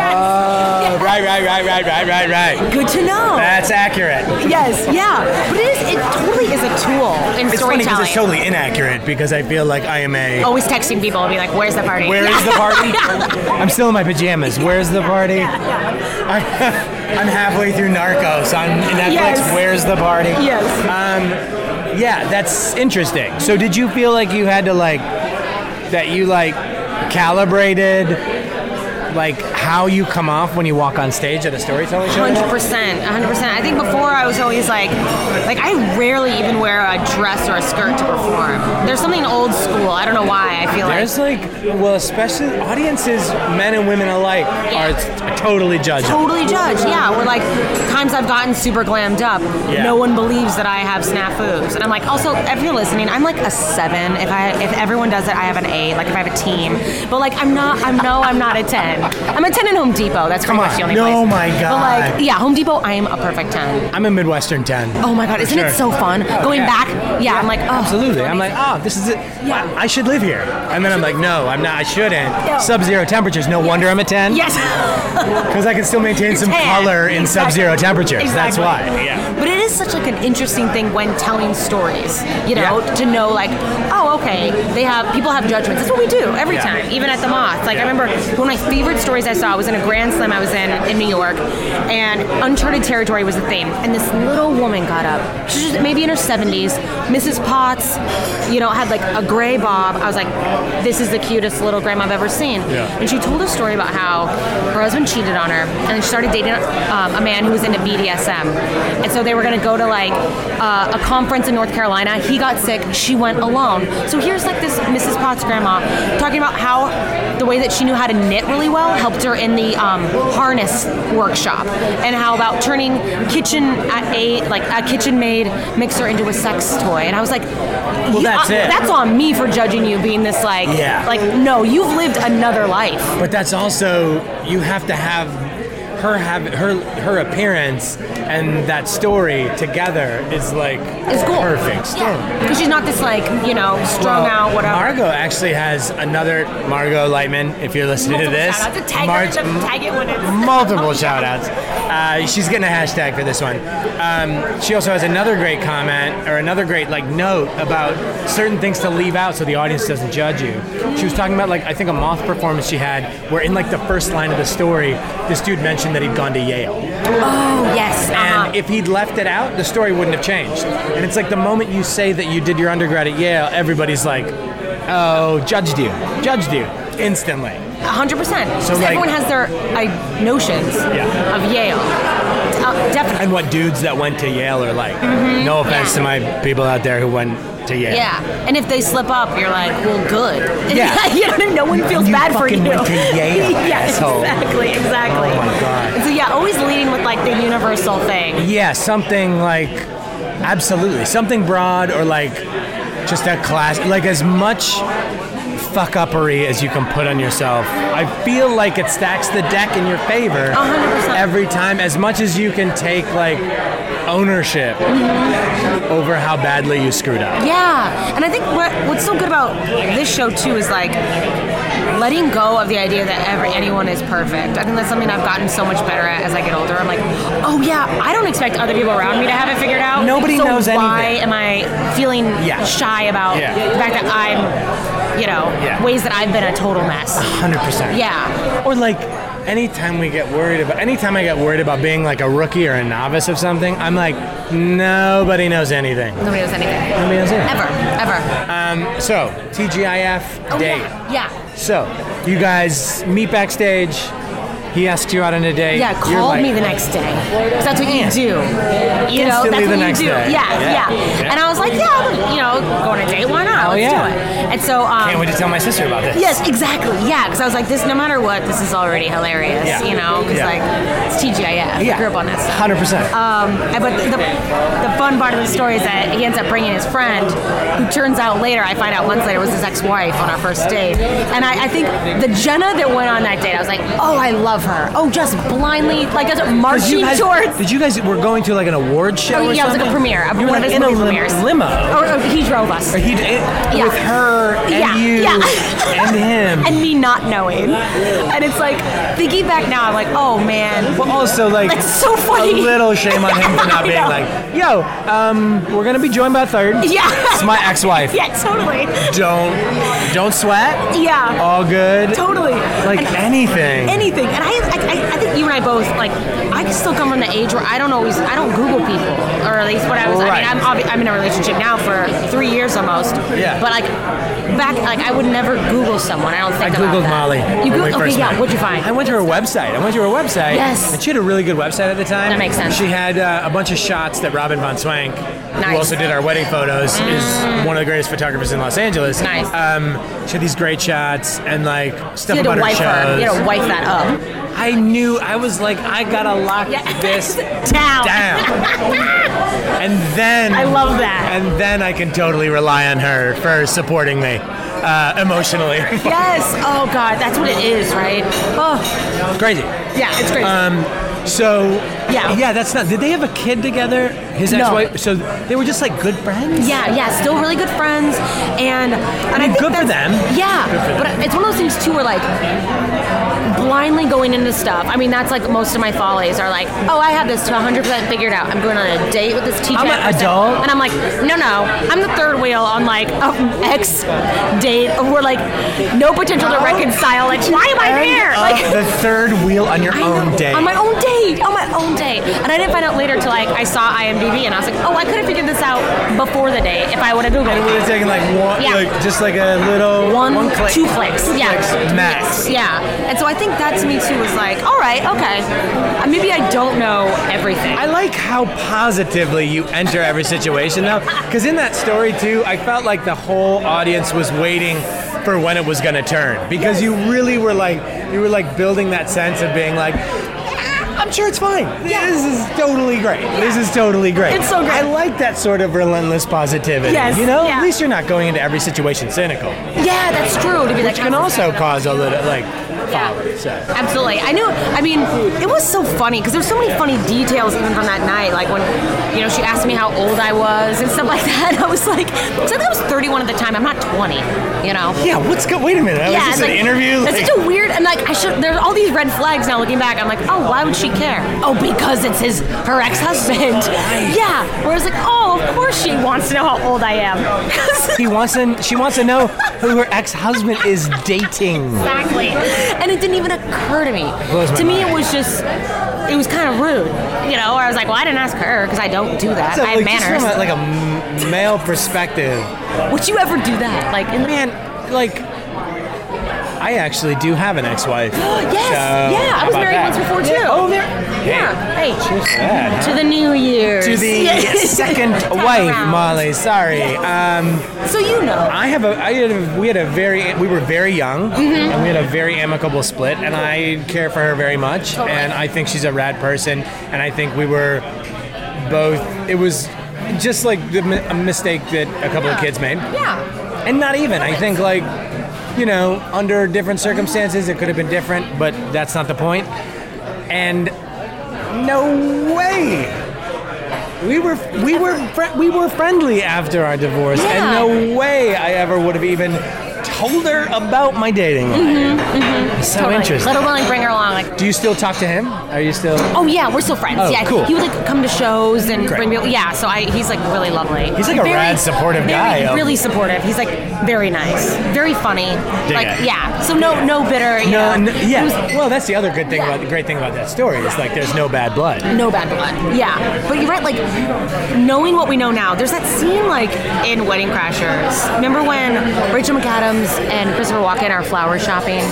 Speaker 1: oh, right, right, right, right, right, right, right.
Speaker 2: good to know.
Speaker 1: That's accurate.
Speaker 2: yes, yeah. But it is. It totally is a tool in
Speaker 1: It's funny
Speaker 2: storytelling.
Speaker 1: because it's totally inaccurate because I feel like I am a.
Speaker 2: always texting people and be like, "Where's the party?
Speaker 1: Where is the party? I'm still in my pajamas. Where's the party? [LAUGHS] I, I'm halfway through Narcos on Netflix.
Speaker 2: Yes.
Speaker 1: Where's the party?
Speaker 2: [LAUGHS] Yes.
Speaker 1: Um, yeah, that's interesting. So, did you feel like you had to like that you like calibrated like how you come off when you walk on stage at a storytelling show?
Speaker 2: Hundred percent, hundred percent. I think before I was always like, like I rarely even wear a dress or a skirt to perform. There's something old school. I don't know why. I feel
Speaker 1: There's like, well, especially audiences, men and women alike, are totally judging.
Speaker 2: like totally judged. Yeah, we're like times I've gotten super glammed up.
Speaker 1: Yeah.
Speaker 2: No one believes that I have snafus, and I'm like, also if you're listening, I'm like a seven. If I if everyone does it, I have an eight. Like if I have a team, but like I'm not. I'm no, I'm not a ten. I'm a ten in Home Depot. That's pretty
Speaker 1: Come
Speaker 2: much
Speaker 1: on.
Speaker 2: the only
Speaker 1: No,
Speaker 2: place.
Speaker 1: my
Speaker 2: But
Speaker 1: God.
Speaker 2: like, yeah, Home Depot. I am a perfect ten.
Speaker 1: I'm a Midwestern 10.
Speaker 2: Oh my god, isn't
Speaker 1: sure.
Speaker 2: it so fun? Going
Speaker 1: yeah.
Speaker 2: back, yeah, I'm like, oh,
Speaker 1: Absolutely. I'm like, oh, this is it.
Speaker 2: Yeah.
Speaker 1: I, I should live here. And then I'm like, no, I'm not. I shouldn't. Sub-zero temperatures. No wonder I'm a 10.
Speaker 2: yes. [LAUGHS]
Speaker 1: Because I can still maintain some
Speaker 2: Tan.
Speaker 1: color in
Speaker 2: Exactly.
Speaker 1: sub-zero temperatures. That's
Speaker 2: Exactly.
Speaker 1: why. Yeah.
Speaker 2: But it is such like an interesting thing when telling stories, you know,
Speaker 1: Yeah.
Speaker 2: to know like, oh, okay, they have people have judgments. That's what we do every
Speaker 1: Yeah.
Speaker 2: time, even at the Moth. Like I remember one of my favorite stories I saw was in a Grand Slam I was in in New York, and uncharted territory was the theme. And this little woman got up, she was just maybe in her seventies, Mrs. Potts, you know, had like a gray bob. I was like, this is the cutest little grandma I've ever seen.
Speaker 1: Yeah.
Speaker 2: And she told a story about how her husband cheated on her, and then she started dating um, a man who was into BDSM. And so they were going to go to like uh, a conference in North Carolina. He got sick. She went alone. So here's like this Mrs. Potts grandma talking about how the way that she knew how to knit really well helped her in the um, harness workshop, and how about turning kitchen at a like a kitchen maid mixer into a sex toy. And I was like, well,
Speaker 1: that's it.
Speaker 2: That's on me for judging you being this like
Speaker 1: Yeah.
Speaker 2: like no, you've lived another life.
Speaker 1: But that's also, you have to have her have her her appearance and that story together is like
Speaker 2: It's cool.
Speaker 1: perfect storm.
Speaker 2: Because she's not this like, you know, strung
Speaker 1: Well,
Speaker 2: out, whatever.
Speaker 1: Margot actually has another Margot Lightman. If you're listening to
Speaker 2: Multiple
Speaker 1: this,
Speaker 2: shout-outs. And tag her
Speaker 1: Marge-
Speaker 2: in the- tag it when it's-
Speaker 1: multiple shout outs. Uh, she's getting a hashtag for this one. Um, she also has another great comment or another great like note about certain things to leave out so the audience doesn't judge you. She was talking about like I think a moth performance she had where in like the first line of the story, this dude mentioned that he'd gone to Yale.
Speaker 2: Oh yes. uh-huh.
Speaker 1: And if he'd left it out, the story wouldn't have changed. And it's like the moment you say that you did your undergrad at Yale, everybody's like, oh, judged you, judged you, instantly.
Speaker 2: hundred percent.
Speaker 1: So,
Speaker 2: Because
Speaker 1: like-
Speaker 2: everyone has their uh, notions
Speaker 1: Yeah.
Speaker 2: of Yale. Uh, definitely.
Speaker 1: And what dudes that went to Yale are like. No offense to my people out there who went to Yale.
Speaker 2: Mm-hmm. Yeah. And if they slip up, you're like, well, good. [LAUGHS]
Speaker 1: Yeah.
Speaker 2: you know what I mean? No one feels
Speaker 1: You
Speaker 2: bad for you.
Speaker 1: fucking
Speaker 2: [LAUGHS]
Speaker 1: went to Yale,
Speaker 2: yeah,
Speaker 1: asshole.
Speaker 2: exactly, exactly.
Speaker 1: Oh my God.
Speaker 2: And so yeah, always leading with like the universal thing.
Speaker 1: Yeah, something like absolutely something broad or like just a class, like as much fuck uppery as you can put on yourself. I feel like it stacks the deck in your favor
Speaker 2: Oh. 100%.
Speaker 1: every time, as much as you can take like ownership over how badly you screwed up.
Speaker 2: Mm-hmm. Yeah. And I think what, what's so good about this show too is like letting go of the idea that ever anyone is perfect. I think that's something I've gotten so much better at as I get older. I'm like, oh yeah, I don't expect other people around me to have it figured out.
Speaker 1: Nobody
Speaker 2: so
Speaker 1: knows
Speaker 2: why
Speaker 1: anything.
Speaker 2: am I feeling
Speaker 1: Yeah.
Speaker 2: shy about
Speaker 1: Yeah.
Speaker 2: the fact that I'm, you know,
Speaker 1: Yeah.
Speaker 2: ways that I've been a total mess.
Speaker 1: Hundred percent.
Speaker 2: Yeah.
Speaker 1: Or like anytime we get worried about anytime I get worried about being like a rookie or a novice of something, I'm like nobody knows anything.
Speaker 2: Nobody knows anything.
Speaker 1: Nobody knows anything.
Speaker 2: Ever. Ever.
Speaker 1: Um, so TGIF
Speaker 2: Oh,
Speaker 1: date.
Speaker 2: yeah. Yeah.
Speaker 1: So you guys meet backstage. He asks you out on a date.
Speaker 2: Yeah,
Speaker 1: You're
Speaker 2: call
Speaker 1: like,
Speaker 2: me the next day. 'Cause that's what you do. You know,
Speaker 1: Instantly
Speaker 2: that's what
Speaker 1: the
Speaker 2: you
Speaker 1: next
Speaker 2: do.
Speaker 1: day.
Speaker 2: Yeah,
Speaker 1: Yeah.
Speaker 2: yeah, And I was like, yeah, I'm, you know, go on a date, why not?
Speaker 1: Hell
Speaker 2: Let's
Speaker 1: yeah.
Speaker 2: do it. And so, um,
Speaker 1: Can't wait to tell my sister about this.
Speaker 2: Yes, exactly. Yeah, because I was like, this. No matter what, this is already hilarious.
Speaker 1: Yeah.
Speaker 2: You know, because
Speaker 1: Yeah.
Speaker 2: like it's TGIF.
Speaker 1: Yeah.
Speaker 2: I grew up on that stuff.
Speaker 1: Hundred percent.
Speaker 2: Um, and- but the, the fun part of the story is that he ends up bringing his friend, who turns out later, I find out months later, was his ex-wife on our first date. And I, I think the Jenna that went on that date, I was like, oh, I love her. Oh, just blindly, like just marching
Speaker 1: you guys,
Speaker 2: towards.
Speaker 1: Did you guys were going to like an award show?
Speaker 2: Oh,
Speaker 1: or
Speaker 2: yeah, it was
Speaker 1: something?
Speaker 2: like a premiere. of
Speaker 1: You
Speaker 2: one
Speaker 1: were
Speaker 2: of his
Speaker 1: in a
Speaker 2: movie
Speaker 1: lim-
Speaker 2: premieres.
Speaker 1: limo.
Speaker 2: Or, or Oh, he drove us.
Speaker 1: He d- it- with her and
Speaker 2: Yeah,
Speaker 1: you
Speaker 2: yeah.
Speaker 1: and
Speaker 2: [LAUGHS]
Speaker 1: him.
Speaker 2: and me not knowing. And it's like thinking back now, I'm like, oh
Speaker 1: [LAUGHS]
Speaker 2: man.
Speaker 1: But
Speaker 2: [LAUGHS]
Speaker 1: also, like,
Speaker 2: That's so funny.
Speaker 1: a little shame on him
Speaker 2: [LAUGHS]
Speaker 1: for not
Speaker 2: I
Speaker 1: being
Speaker 2: know.
Speaker 1: like, yo, um, we're going to be joined by a third.
Speaker 2: Yeah. [LAUGHS]
Speaker 1: It's my ex wife.
Speaker 2: Yeah, totally.
Speaker 1: Don't, don't sweat.
Speaker 2: Yeah.
Speaker 1: All good.
Speaker 2: Totally.
Speaker 1: Like
Speaker 2: And-
Speaker 1: anything.
Speaker 2: Anything. And I, I, I think you and I both, like, I still come from the age where I don't always, I don't Google people. Or at least what I was,
Speaker 1: Right.
Speaker 2: I mean, I'm, obvi- I'm in a relationship now for three years almost.
Speaker 1: Yeah.
Speaker 2: But, like, back, like, I would never Google someone. I don't
Speaker 1: I
Speaker 2: think about
Speaker 1: googled
Speaker 2: that.
Speaker 1: Molly.
Speaker 2: You
Speaker 1: when we
Speaker 2: Googled, okay,
Speaker 1: first
Speaker 2: yeah,
Speaker 1: met.
Speaker 2: what'd you find?
Speaker 1: I went to her website. I went to her website.
Speaker 2: Yes.
Speaker 1: And she had a really good website at the time.
Speaker 2: That makes sense.
Speaker 1: She had uh, a bunch of shots that Robin von Swank, who
Speaker 2: Nice. Mm.
Speaker 1: also did our wedding photos, is one of the greatest photographers in Los Angeles.
Speaker 2: Nice.
Speaker 1: Um, she had these great shots and like stuff
Speaker 2: you had
Speaker 1: about
Speaker 2: to wipe
Speaker 1: her
Speaker 2: her.
Speaker 1: shows.
Speaker 2: You had to wipe that up.
Speaker 1: I knew. I was like, I gotta lock
Speaker 2: [LAUGHS]
Speaker 1: this
Speaker 2: down.
Speaker 1: down. and then
Speaker 2: I love that.
Speaker 1: And then I can totally rely on her for supporting me uh, emotionally.
Speaker 2: Yes. Oh God, that's what it is, right? Oh,
Speaker 1: [LAUGHS] Crazy.
Speaker 2: yeah, it's crazy.
Speaker 1: Um, So
Speaker 2: Yeah.
Speaker 1: yeah, that's not. Did they have a kid together? His
Speaker 2: No.
Speaker 1: ex-wife. So they were just like good friends.
Speaker 2: yeah, yeah, still really good friends, and and I,
Speaker 1: mean,
Speaker 2: think
Speaker 1: good for
Speaker 2: that's-
Speaker 1: them.
Speaker 2: Yeah,
Speaker 1: Good for them.
Speaker 2: but it's one of those things too, where like blindly going into stuff. I mean, that's like most of my follies are like, oh, I have this to 100 percent figured out. I'm going on a date with this teacher.
Speaker 1: I'm an adult.
Speaker 2: and I'm like, no, no, I'm the third wheel on like a ex date. We're like, no potential to reconcile. Like, why am I there?
Speaker 1: And, uh,
Speaker 2: Like.
Speaker 1: the third wheel on your
Speaker 2: I
Speaker 1: own
Speaker 2: know,
Speaker 1: day.
Speaker 2: On my own date. On my own date. And I didn't find out later till like I saw IMDb and I was like, oh, I could have figured this out before the date if I would have
Speaker 1: and it would
Speaker 2: Googled.
Speaker 1: have taken like one,
Speaker 2: Yeah.
Speaker 1: like just like a little
Speaker 2: One,
Speaker 1: click.
Speaker 2: two clicks. Yeah.
Speaker 1: clicks max.
Speaker 2: Yeah. And so I think that to me too was like, all right, okay, Uh, maybe I don't know everything.
Speaker 1: I like how positively you enter every situation though, because in that story too, I felt like the whole audience was waiting for when it was going to turn because you really were like you were like building that sense of being like. "Ah, I'm sure it's fine. This is totally great. This is totally great.
Speaker 2: It's so great.
Speaker 1: I like that sort of relentless positivity.
Speaker 2: Yes,
Speaker 1: You know,
Speaker 2: yeah.
Speaker 1: at least you're not going into every situation cynical, which
Speaker 2: yeah, that's true. To be like,
Speaker 1: can also cause a little like
Speaker 2: Yeah.
Speaker 1: folly. So.
Speaker 2: Absolutely. I knew, I mean, it was so funny because there's so many funny details even from that night. Like when, you know, she asked me how old I was and stuff [LAUGHS] like that. I was like, so I think I was 31 at the time. I'm not 20, you know?
Speaker 1: Yeah, what's go? Wait a minute. That was
Speaker 2: it's
Speaker 1: this an interview?
Speaker 2: That's
Speaker 1: Like-
Speaker 2: such a weird and like I should. There's all these red flags now. Looking back, I'm like, oh, why would she care? Oh, because it's his her ex
Speaker 1: [LAUGHS]
Speaker 2: husband. Yeah. Whereas like, oh, of course she wants to know how old I am. [LAUGHS]
Speaker 1: He wants to. She wants to know who her ex-husband is dating.
Speaker 2: exactly. And it didn't even occur to me.
Speaker 1: Blows my
Speaker 2: To me,
Speaker 1: mind.
Speaker 2: it was just it was kind of rude, you know. Or I was like, well, I didn't ask her because I don't do that.
Speaker 1: So,
Speaker 2: I have
Speaker 1: like, just
Speaker 2: manners.
Speaker 1: from a, like a m- male perspective,
Speaker 2: Would you ever do that? Like, in
Speaker 1: man, like I actually do have an ex-wife.
Speaker 2: [GASPS] Oh, yes,
Speaker 1: So,
Speaker 2: yeah. I
Speaker 1: how
Speaker 2: was
Speaker 1: about
Speaker 2: married
Speaker 1: that?
Speaker 2: once before too.
Speaker 1: Yeah. Oh, there.
Speaker 2: Yeah. Hey,
Speaker 1: Cheers to that,
Speaker 2: to the New Year.
Speaker 1: To
Speaker 2: [LAUGHS]
Speaker 1: the second wife, Molly. Sorry. Um,
Speaker 2: So you know.
Speaker 1: I have a. I had a, we had a very. We were very young, and we had a very amicable split. And I care for her very much, and I think she's a rad person. And I think we were both. It was just like the mi- a mistake that a couple of kids made,
Speaker 2: Yeah.
Speaker 1: and not even. I think like you know, under different circumstances, it could have been different, but that's not the point. And no way. We were we were fr- we were friendly after our divorce,
Speaker 2: Yeah.
Speaker 1: and no way I ever would have even told her about my dating life. So
Speaker 2: Mm-hmm, Totally.
Speaker 1: interesting.
Speaker 2: Let alone like, bring her along. Like,
Speaker 1: Do you still talk to him? Are you still?
Speaker 2: oh yeah, we're still friends.
Speaker 1: Oh,
Speaker 2: yeah.
Speaker 1: cool.
Speaker 2: He would like come to shows and
Speaker 1: Great.
Speaker 2: bring me. Yeah. So I, he's like really lovely.
Speaker 1: He's like a rad, supportive
Speaker 2: very,
Speaker 1: guy, um.
Speaker 2: Really supportive. He's like very nice, very funny. like
Speaker 1: it.
Speaker 2: yeah. So no, no bitter. You
Speaker 1: No,
Speaker 2: know.
Speaker 1: no, yeah.
Speaker 2: It was-
Speaker 1: well, that's the other good thing about the great thing about that story is like there's no bad blood.
Speaker 2: no bad blood. Yeah, but you're right. Like knowing what we know now, there's that scene like in Wedding Crashers. Remember when Rachel McAdams and Christopher Walken are flower shopping,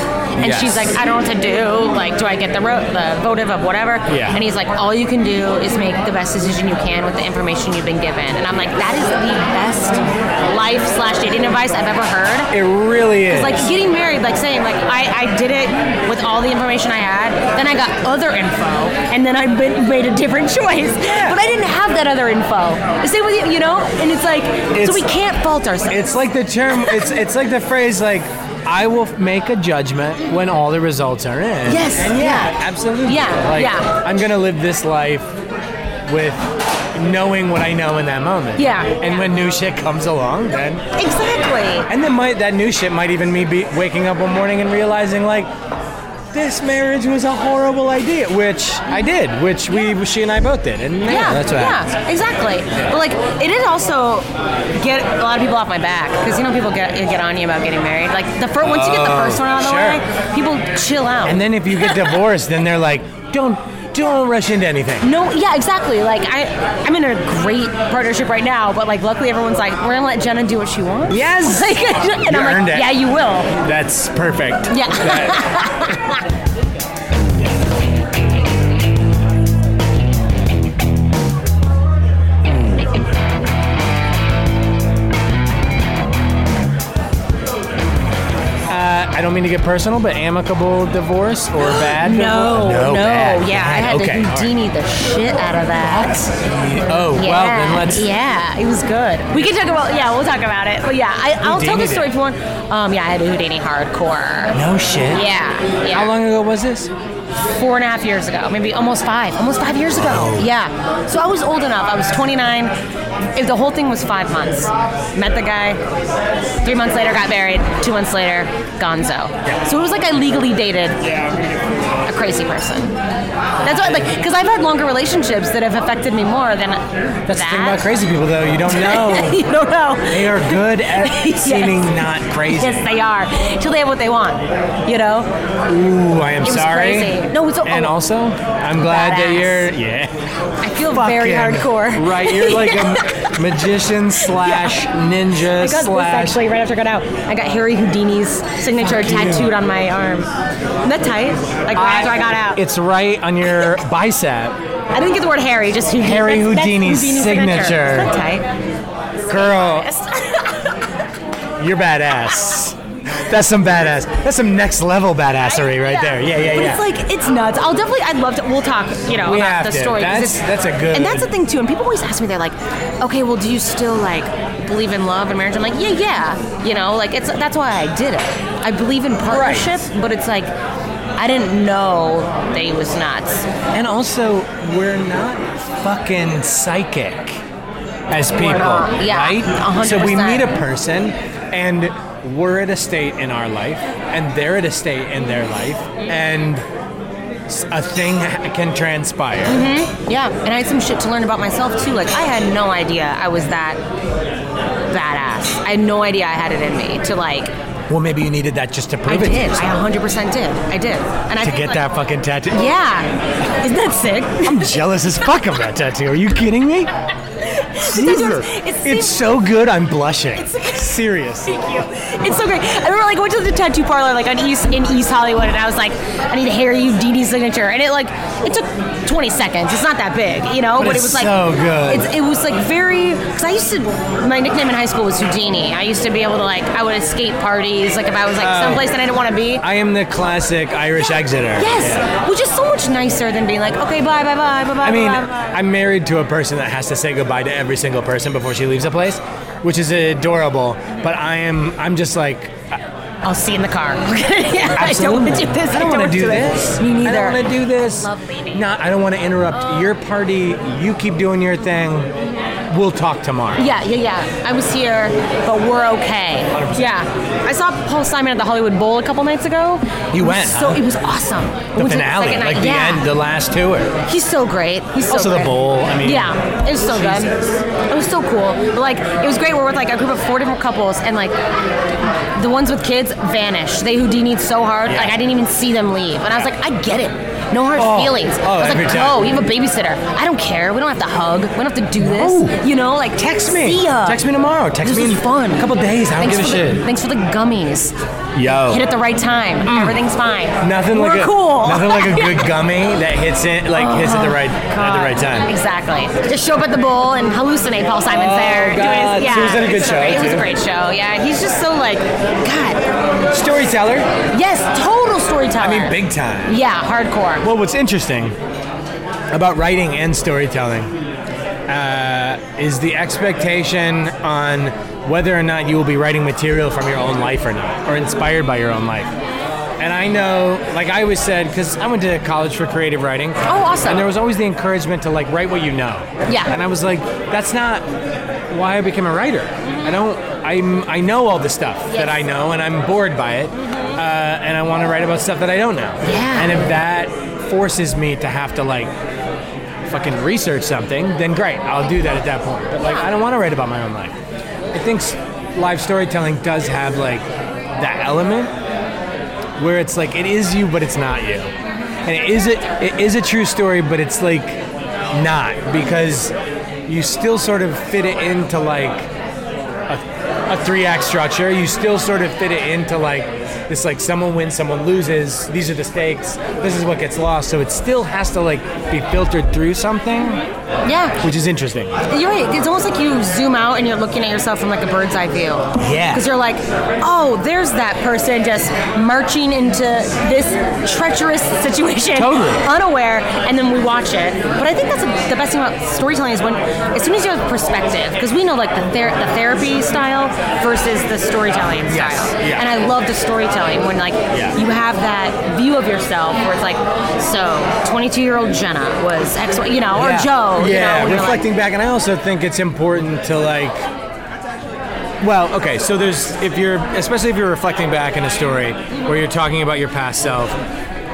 Speaker 2: and
Speaker 1: Yes.
Speaker 2: she's like, "I don't know what to do. Like, do I get the ro- the votive of whatever?"
Speaker 1: Yeah.
Speaker 2: And he's like, "All you can do is make the best decision you can with the information you've been given." And I'm like, "That is the best life slash dating advice I've ever heard."
Speaker 1: It really is.
Speaker 2: Like getting married, like saying, like I, I did it with all the information I had. Then I got other info, and then I been, made a different [LAUGHS] choice. But I didn't have that other info. The same with you, you know. And it's like, so
Speaker 1: It's-
Speaker 2: we can't fault ourselves.
Speaker 1: It's like the term. It's it's like the phrase like. I will f- make a judgment when all the results are in.
Speaker 2: Yes,
Speaker 1: And yeah,
Speaker 2: yeah.
Speaker 1: absolutely.
Speaker 2: Yeah,
Speaker 1: Like,
Speaker 2: yeah.
Speaker 1: I'm gonna live this life with knowing what I know in that moment.
Speaker 2: Yeah.
Speaker 1: And when new shit comes along, then
Speaker 2: exactly.
Speaker 1: and then might that new shit might even me be waking up one morning and realizing like this marriage was a horrible idea, which I did, which we she and I both did, and yeah,
Speaker 2: Yeah,
Speaker 1: that's what
Speaker 2: yeah,
Speaker 1: happens.
Speaker 2: exactly. But like, it did also get a lot of people off my back because you know people get get on you about getting married. Like the first, once you get the
Speaker 1: Oh,
Speaker 2: first one out of the
Speaker 1: sure.
Speaker 2: way, people chill out.
Speaker 1: And then if you
Speaker 2: [LAUGHS]
Speaker 1: get divorced, then they're like, don't don't rush into anything.
Speaker 2: No, yeah, exactly. Like I, I'm in a great partnership right now, but like luckily everyone's like, we're gonna let Jenna do what she wants.
Speaker 1: Yes. [LAUGHS]
Speaker 2: [LAUGHS] Like, and
Speaker 1: You
Speaker 2: I'm like,
Speaker 1: earned it.
Speaker 2: yeah, you will.
Speaker 1: That's perfect.
Speaker 2: Yeah.
Speaker 1: Uh, I don't mean to get personal, but amicable divorce or bad?
Speaker 2: No,
Speaker 1: divorce?
Speaker 2: [LAUGHS] no,
Speaker 1: bad,
Speaker 2: yeah, I
Speaker 1: bad.
Speaker 2: had
Speaker 1: okay,
Speaker 2: to
Speaker 1: all right.
Speaker 2: Houdini the shit out of that.
Speaker 1: Oh
Speaker 2: Yeah,
Speaker 1: well, then let's.
Speaker 2: yeah, it was good. We can talk about, yeah, we'll talk about it. But yeah, I, I'll tell
Speaker 1: Houdini'd
Speaker 2: the story
Speaker 1: it.
Speaker 2: if you want. Um, yeah, I had to Houdini hardcore.
Speaker 1: No shit.
Speaker 2: Yeah, yeah.
Speaker 1: How long ago was this?
Speaker 2: four and a half years ago, maybe almost five, almost five years ago. Yeah. So I was old enough. I was 29. If the whole thing was five months. Met the guy. Three months later, got married. Two months later, Gonzo. So it was like I legally dated a crazy person. That's why, like, because I've had longer relationships that have affected me more than
Speaker 1: That's the
Speaker 2: that.
Speaker 1: thing about
Speaker 2: [LAUGHS]
Speaker 1: crazy people, though. You don't know.
Speaker 2: you don't know.
Speaker 1: they are good at
Speaker 2: [LAUGHS] Yes.
Speaker 1: seeming not crazy.
Speaker 2: Yes, they are. Till they have what they want, you know.
Speaker 1: Ooh, I am
Speaker 2: was
Speaker 1: sorry.
Speaker 2: crazy. No, it's-
Speaker 1: and
Speaker 2: oh.
Speaker 1: also, I'm glad that
Speaker 2: Badass.
Speaker 1: you're. Yeah.
Speaker 2: I feel very
Speaker 1: Fucking-
Speaker 2: hardcore.
Speaker 1: Right, you're like a ma-
Speaker 2: [LAUGHS]
Speaker 1: magician slash ninja
Speaker 2: I got this
Speaker 1: slash.
Speaker 2: actually right after I got out. I got Harry Houdini's signature
Speaker 1: Fuck you.
Speaker 2: tattooed on my arm. Isn't that tight? Like right after I got out.
Speaker 1: It's right on your bicep.
Speaker 2: I didn't get the word Harry, just Houdini.
Speaker 1: Harry
Speaker 2: That's- that's
Speaker 1: Houdini's signature.
Speaker 2: Isn't that tight?
Speaker 1: Girl, you're badass. That's some badass. That's some next level badassery right there. Yeah, yeah,
Speaker 2: but
Speaker 1: yeah.
Speaker 2: It's like it's nuts. I'll definitely. I'd love to. We'll talk. You know
Speaker 1: We have
Speaker 2: about the
Speaker 1: to.
Speaker 2: story. 'cause
Speaker 1: That's-
Speaker 2: it's-
Speaker 1: that's a good-
Speaker 2: And that's the thing too. And people always ask me, they're like, "Okay, well, do you still like believe in love and marriage?" I'm like, "Yeah, yeah." You know, like it's that's why I did it. I believe in partnership, but it's like I didn't know that he was nuts.
Speaker 1: and also, we're not fucking psychic as people,
Speaker 2: not. Yeah,
Speaker 1: right?
Speaker 2: a hundred
Speaker 1: So we
Speaker 2: percent.
Speaker 1: meet a person, and we're at a state in our life, and they're at a state in their life, and s- a thing ha- can transpire.
Speaker 2: Mm-hmm. Yeah, and I had some shit to learn about myself too. Like I had no idea I was that badass. I had no idea I had it in me to like
Speaker 1: Well, maybe you needed that just to
Speaker 2: I
Speaker 1: prove it. to
Speaker 2: did.
Speaker 1: yourself.
Speaker 2: I 100% did. I did. And I
Speaker 1: to
Speaker 2: think,
Speaker 1: get
Speaker 2: like-
Speaker 1: that fucking tattoo.
Speaker 2: Yeah. Isn't that sick? [LAUGHS]
Speaker 1: I'm jealous as fuck of that tattoo. Are you kidding me? Jesus.
Speaker 2: it
Speaker 1: It's,
Speaker 2: seems-
Speaker 1: so good, I'm blushing.
Speaker 2: It's- [LAUGHS]
Speaker 1: Serious.
Speaker 2: It's so great. I remember like I went to the tattoo parlor like on East in East Hollywood, and I was like, I need a Harry Houdini signature, and it like it took 20 seconds. It's not that big, you know, but, it
Speaker 1: it's
Speaker 2: was like
Speaker 1: so good.
Speaker 2: It's, it was like very because I used to my nickname in high school was Houdini. I used to be able to like I would escape parties like if I was like
Speaker 1: Oh.
Speaker 2: someplace that I didn't want to be.
Speaker 1: I am the classic Irish exiter.
Speaker 2: yes, which is so much nicer than being like okay bye bye bye bye bye.
Speaker 1: I mean,
Speaker 2: bye, bye.
Speaker 1: I'm married to a person that has to say goodbye to every single person before she leaves a place, which is adorable. But I am, I'm just like,
Speaker 2: I'll see you in the car. [LAUGHS] I don't want to do this.
Speaker 1: I don't want to do this.
Speaker 2: Me neither.
Speaker 1: I don't want to do this.
Speaker 2: Love Oh. leaving.
Speaker 1: No, I don't want to interrupt your party. You keep doing your thing. We'll talk tomorrow.
Speaker 2: Yeah, yeah, yeah. I was here, but we're okay. Yeah, I saw Paul Simon at the Hollywood Bowl a couple nights ago.
Speaker 1: You
Speaker 2: It was
Speaker 1: went,
Speaker 2: So
Speaker 1: huh?
Speaker 2: it was awesome.
Speaker 1: The
Speaker 2: We went to
Speaker 1: finale,
Speaker 2: second night.
Speaker 1: like the
Speaker 2: yeah.
Speaker 1: end, the last tour.
Speaker 2: He's so great. He's so
Speaker 1: Also the
Speaker 2: great.
Speaker 1: bowl, I mean-
Speaker 2: yeah, it was so good. It was so cool. But like, it was great. We're with like a group of four different couples, and like, the ones with kids vanished. They Houdini'd so hard,
Speaker 1: Yeah.
Speaker 2: like I didn't even see them leave. And I was like, I get it. No hard
Speaker 1: Oh.
Speaker 2: feelings.
Speaker 1: Oh,
Speaker 2: I was
Speaker 1: every
Speaker 2: like,
Speaker 1: time.
Speaker 2: go. You have a babysitter. I don't care. We don't have to hug. We don't have to do this.
Speaker 1: No.
Speaker 2: You know, like
Speaker 1: Text me.
Speaker 2: See ya.
Speaker 1: Text me tomorrow. Text
Speaker 2: This
Speaker 1: me in
Speaker 2: is fun.
Speaker 1: a couple days. I don't
Speaker 2: thanks
Speaker 1: give a
Speaker 2: for the-
Speaker 1: shit.
Speaker 2: Thanks for the gummies.
Speaker 1: Yo.
Speaker 2: Hit at the right time. Everything's fine.
Speaker 1: Nothing
Speaker 2: We're
Speaker 1: like a
Speaker 2: cool.
Speaker 1: nothing like
Speaker 2: [LAUGHS]
Speaker 1: a good gummy that hits it like hits at the right
Speaker 2: Oh,
Speaker 1: at the right time.
Speaker 2: Uh, Exactly. Just show up at the bowl and hallucinate Paul Simon's
Speaker 1: Oh,
Speaker 2: there. doing his-
Speaker 1: God.
Speaker 2: yeah,
Speaker 1: He was in a good
Speaker 2: it's
Speaker 1: show,
Speaker 2: It was a
Speaker 1: too.
Speaker 2: great show. Yeah, he's just so like, God.
Speaker 1: Storyteller,
Speaker 2: Yes, total storyteller.
Speaker 1: I mean big time.
Speaker 2: Yeah, hardcore.
Speaker 1: Well, what's interesting about writing and storytelling uh, is the expectation on whether or not you will be writing material from your own life or not, or inspired by your own life. And I know, like I always said, because I went to college for creative writing.
Speaker 2: oh, awesome.
Speaker 1: And there was always the encouragement to like write what you know.
Speaker 2: Yeah.
Speaker 1: And I was like, that's not why I became a writer. I don't. I'm. I know all the stuff that I know, and I'm bored by it.
Speaker 2: Mm-hmm.
Speaker 1: Uh, and I want to write about stuff that I don't know.
Speaker 2: Yeah.
Speaker 1: And if that forces me to have to like fucking research something, then great, I'll do that at that point. But like, I don't want to write about my own life. I think s- live storytelling does have like that element where it's like it is you, but it's not you, and it is it it is a true story, but it's like not because you still sort of fit it into like a, a three act structure. You still sort of fit it into like this like someone wins, someone loses. These are the stakes. This is what gets lost. So it still has to like be filtered through something,
Speaker 2: yeah.
Speaker 1: which is interesting.
Speaker 2: You're right. It's almost like you zoom out and you're looking at yourself from like a bird's eye view.
Speaker 1: Yeah.
Speaker 2: Because you're like, oh, there's that person just marching into this treacherous situation,
Speaker 1: Totally.
Speaker 2: unaware, and then we watch it. But I think that's a, the best thing about storytelling is when, as soon as you have perspective, because we know like the, ther- the therapy style versus the storytelling
Speaker 1: Yes.
Speaker 2: style.
Speaker 1: Yeah.
Speaker 2: And I love the storytelling when like you have that view of yourself where it's like, so 22 year old Jenna was X, you know, or Joe. you know,
Speaker 1: Yeah,
Speaker 2: and you're like-
Speaker 1: reflecting back, and I also think it's important to like. Well, okay, so there's if you're especially if you're reflecting back in a story where you're talking about your past self,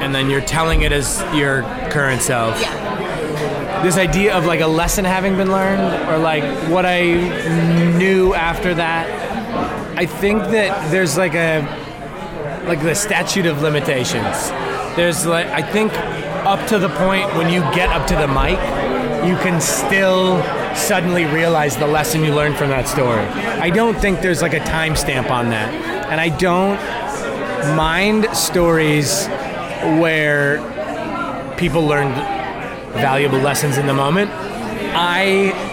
Speaker 1: and then you're telling it as your current self. Yeah. This idea of like a lesson having been learned, or like what I knew after that. I think that there's like a like the statute of limitations. There's like I think up to the point when you get up to the mic, you can still suddenly realize the lesson you learned from that story. I don't think there's like a timestamp on that. And I don't mind stories where people learned valuable lessons in the moment. I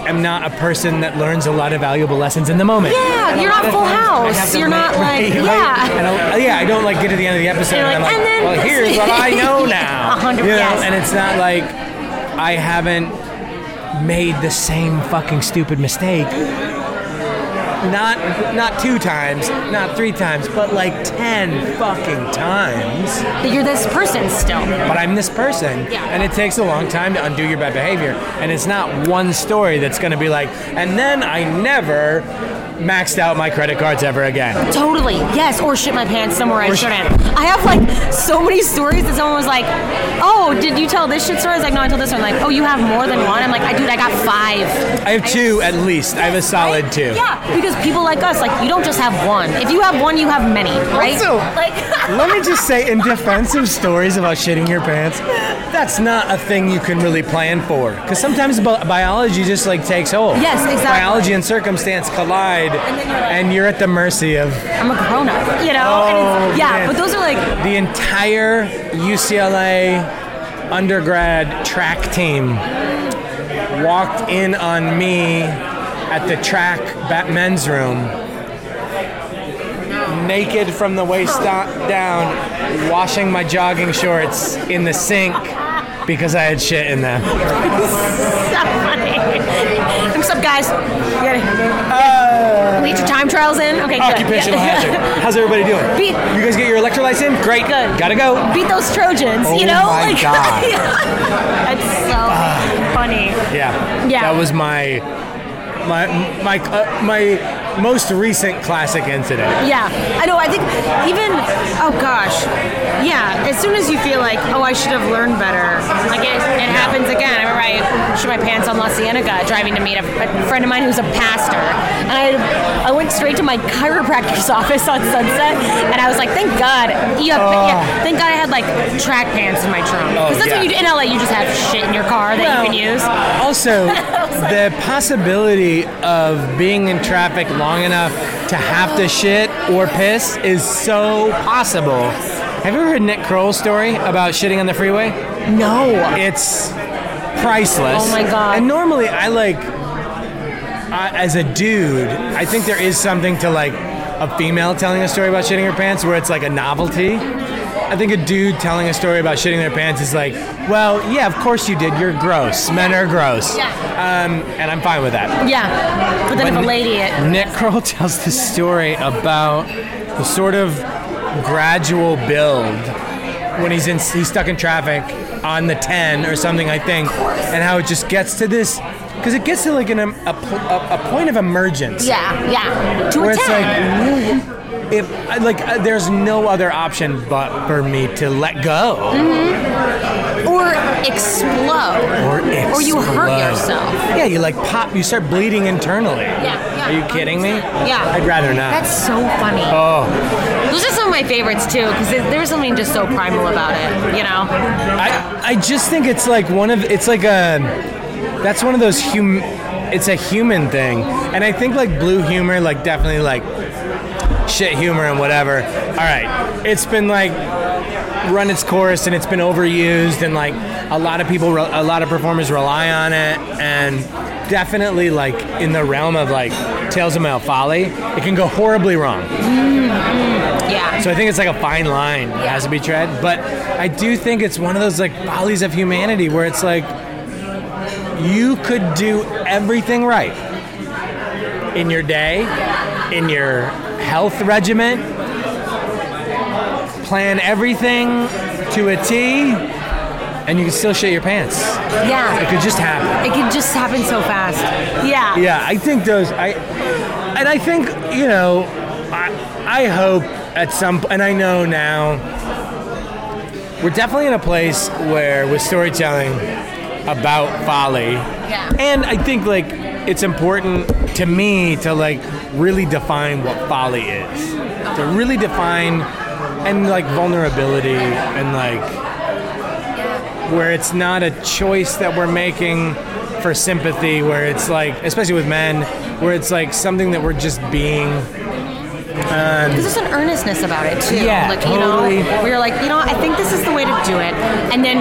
Speaker 1: am not a person that learns a lot of valuable lessons in the moment.
Speaker 2: Yeah,
Speaker 1: And a
Speaker 2: you're
Speaker 1: lot
Speaker 2: not
Speaker 1: of
Speaker 2: Full
Speaker 1: times I
Speaker 2: House.
Speaker 1: have to
Speaker 2: You're
Speaker 1: wait- [LAUGHS]
Speaker 2: not like-
Speaker 1: right,
Speaker 2: yeah.
Speaker 1: And I, yeah, I don't like get to the end of the episode
Speaker 2: You're
Speaker 1: and
Speaker 2: like,
Speaker 1: I'm like,
Speaker 2: "And then
Speaker 1: well,
Speaker 2: this."
Speaker 1: here's what I
Speaker 2: [LAUGHS]
Speaker 1: know now.
Speaker 2: A hundred-
Speaker 1: You know,
Speaker 2: yes.
Speaker 1: And it's not like I haven't made the same fucking stupid mistake. Not not two times, not three times, but like ten fucking times.
Speaker 2: But you're this person still.
Speaker 1: But I'm this person,
Speaker 2: Yeah.
Speaker 1: and it takes a long time to undo your bad behavior. And it's not one story that's going to be like, and then I never maxed out my credit cards ever again.
Speaker 2: Totally. Yes, or shit my pants somewhere I
Speaker 1: Or sh-
Speaker 2: shouldn't. I have like so many stories that someone was like, Oh, did you tell this shit story? I was like, No, I told this one. Like, oh, you have more than one? I'm like, I dude, I got five.
Speaker 1: I have two at least. I have a solid two.
Speaker 2: Yeah, because because people like us, like you don't just have one. If you have one, you have many, right?
Speaker 1: Also-
Speaker 2: like
Speaker 1: Let me just say, in defense of stories about shitting your pants, that's not a thing you can really plan for. Because sometimes bi- biology just like takes hold.
Speaker 2: Yes, exactly.
Speaker 1: Biology and circumstance collide, and,
Speaker 2: then you're like-
Speaker 1: you're at the mercy of
Speaker 2: [LAUGHS] I'm a grown up, you know? and
Speaker 1: Oh,
Speaker 2: it's, yeah,
Speaker 1: man.
Speaker 2: but those are like
Speaker 1: the entire UCLA undergrad track team. Walked in on me at the track ba- men's room, naked from the waist do- down, washing my jogging shorts in the sink because I had shit in them.
Speaker 2: so funny. [LAUGHS] Thanks up, guys. You ready? we get your time trials in. Okay, good.
Speaker 1: Occupational
Speaker 2: Oh. Yeah.
Speaker 1: hazard. How's everybody doing?
Speaker 2: Beat-
Speaker 1: You guys get your electrolytes in? Great.
Speaker 2: Good.
Speaker 1: Gotta go.
Speaker 2: Beat those Trojans,
Speaker 1: Oh
Speaker 2: you know?
Speaker 1: my
Speaker 2: like, [LAUGHS]
Speaker 1: God.
Speaker 2: That's so funny.
Speaker 1: Yeah.
Speaker 2: Yeah.
Speaker 1: That was my my my uh, my most recent classic incident.
Speaker 2: Yeah, I know. I think even oh gosh, yeah. As soon as you feel like oh, I should have learned better, like it, it happens again. I remember I shit my pants on La Cienega driving to meet a, a friend of mine who's a pastor, and I I went straight to my chiropractor's [LAUGHS] office on Sunset, and I was like, thank God, you have,
Speaker 1: Oh.
Speaker 2: yeah, thank God I had like track pants in my trunk because that's
Speaker 1: yeah.
Speaker 2: what you do in LA. You just have shit in your car that you can use. [LAUGHS]
Speaker 1: Also, the possibility of being in traffic long enough to have to shit or piss is so possible. Have you ever heard Nick Kroll's story about shitting on the freeway?
Speaker 2: No.
Speaker 1: It's priceless.
Speaker 2: Oh my God.
Speaker 1: And normally, I like, I, as a dude, I think there is something to like a female telling a story about shitting her pants where it's like a novelty. I think a dude telling a story about shitting their pants is like, well, yeah, of course you did. You're gross. Men are gross.
Speaker 2: Yeah.
Speaker 1: Um, and I'm fine with that.
Speaker 2: Yeah, but then if a lady, it,
Speaker 1: Nick Kroll tells the story about the sort of gradual build when he's in he's stuck in traffic on the 10 or something I think and how it just gets to this because it gets to like an, um, a, a, a point of emergence
Speaker 2: yeah, yeah, to
Speaker 1: where
Speaker 2: a
Speaker 1: it's
Speaker 2: ten.
Speaker 1: like really if I- like uh, there's no other option but for me to let
Speaker 2: Mm-hmm.
Speaker 1: go
Speaker 2: or explode.
Speaker 1: or
Speaker 2: Or you hurt
Speaker 1: explode.
Speaker 2: yourself.
Speaker 1: yeah you like pop you start bleeding internally
Speaker 2: yeah.
Speaker 1: are you kidding me
Speaker 2: Yeah.
Speaker 1: I'd rather not
Speaker 2: That's so funny.
Speaker 1: oh
Speaker 2: Those are some of my favorites too, because there's something just so primal about it, you know?
Speaker 1: I, I just think it's like one of it's like a that's one of those hum it's a human thing and i think like blue humor like definitely like shit humor and whatever all right it's been like run its course and it's been overused and like a lot of people re- a lot of performers rely on it and definitely like in the realm of like tales of male folly it can go horribly wrong
Speaker 2: Yeah.
Speaker 1: so I think it's like a fine line that has to be tread. But I do think it's one of those like follies of humanity where it's like you could do everything right in your day, in your health regimen, plan everything to a T, and you can still shit your pants. It
Speaker 2: Yeah.
Speaker 1: could just happen.
Speaker 2: It can just happen so fast. Yeah.
Speaker 1: Yeah, I think those. I and I think you know, I I hope at some and I know now we're definitely in a place where with storytelling about folly,
Speaker 2: Yeah.
Speaker 1: and I think like it's important to me to like really define what folly is, to really define and like vulnerability and like where it's not a choice that we're making for sympathy, where it's like, especially with men, where it's like something that we're just being.
Speaker 2: Because there's an earnestness about it too.
Speaker 1: Yeah,
Speaker 2: like,
Speaker 1: totally.
Speaker 2: You know, we are like, you know, I think this is the way to do it, and then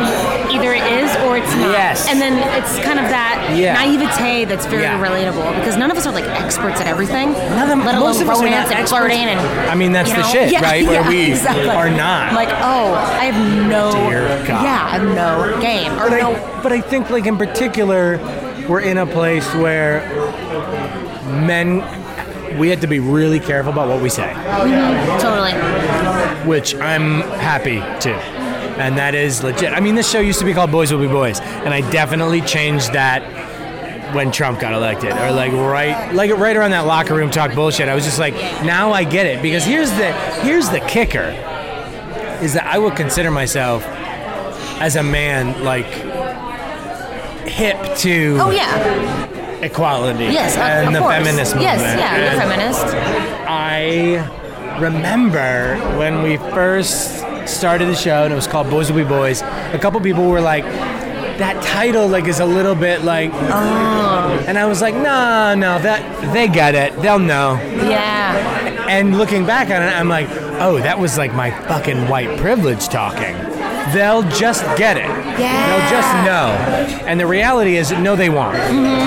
Speaker 2: either it is or it's not.
Speaker 1: Yes.
Speaker 2: And then it's kind of that
Speaker 1: Yeah.
Speaker 2: naivete that's very
Speaker 1: Yeah.
Speaker 2: relatable because none of us are like experts at everything.
Speaker 1: None of-
Speaker 2: let alone
Speaker 1: most of us are
Speaker 2: romance
Speaker 1: not
Speaker 2: and
Speaker 1: experts.
Speaker 2: flirting and.
Speaker 1: I mean, that's
Speaker 2: you
Speaker 1: the
Speaker 2: know?
Speaker 1: shit,
Speaker 2: Yeah, [LAUGHS]
Speaker 1: right? Where
Speaker 2: yeah,
Speaker 1: we
Speaker 2: exactly.
Speaker 1: are not.
Speaker 2: Like, oh, I have no.
Speaker 1: Dear God.
Speaker 2: Yeah, I have no game or
Speaker 1: but,
Speaker 2: no.
Speaker 1: I, but I think, like in particular, we're in a place where men, we had to be really careful about what we say.
Speaker 2: Mm-hmm. Totally.
Speaker 1: which I'm happy to. And that is legit. I mean, this show used to be called Boys Will Be Boys, and I definitely changed that when Trump got elected, or like right, like right around that locker room talk bullshit. I was just like, now I get it because here's the here's the kicker, is that I would consider myself as a man like hip to
Speaker 2: Oh yeah.
Speaker 1: equality
Speaker 2: Yes, of,
Speaker 1: and
Speaker 2: of
Speaker 1: the
Speaker 2: course.
Speaker 1: feminist movement.
Speaker 2: Yes, yeah, you're
Speaker 1: And
Speaker 2: feminist.
Speaker 1: I remember when we first started the show and it was called Boys Will Be Boys, a couple people were like, that title like is a little bit like and I was like, no, no, that they get it. They'll know.
Speaker 2: Yeah,
Speaker 1: And looking back on it, I'm like, oh, that was like my fucking white privilege talking. They'll just get it. They'll just know. And the reality is, no, they won't.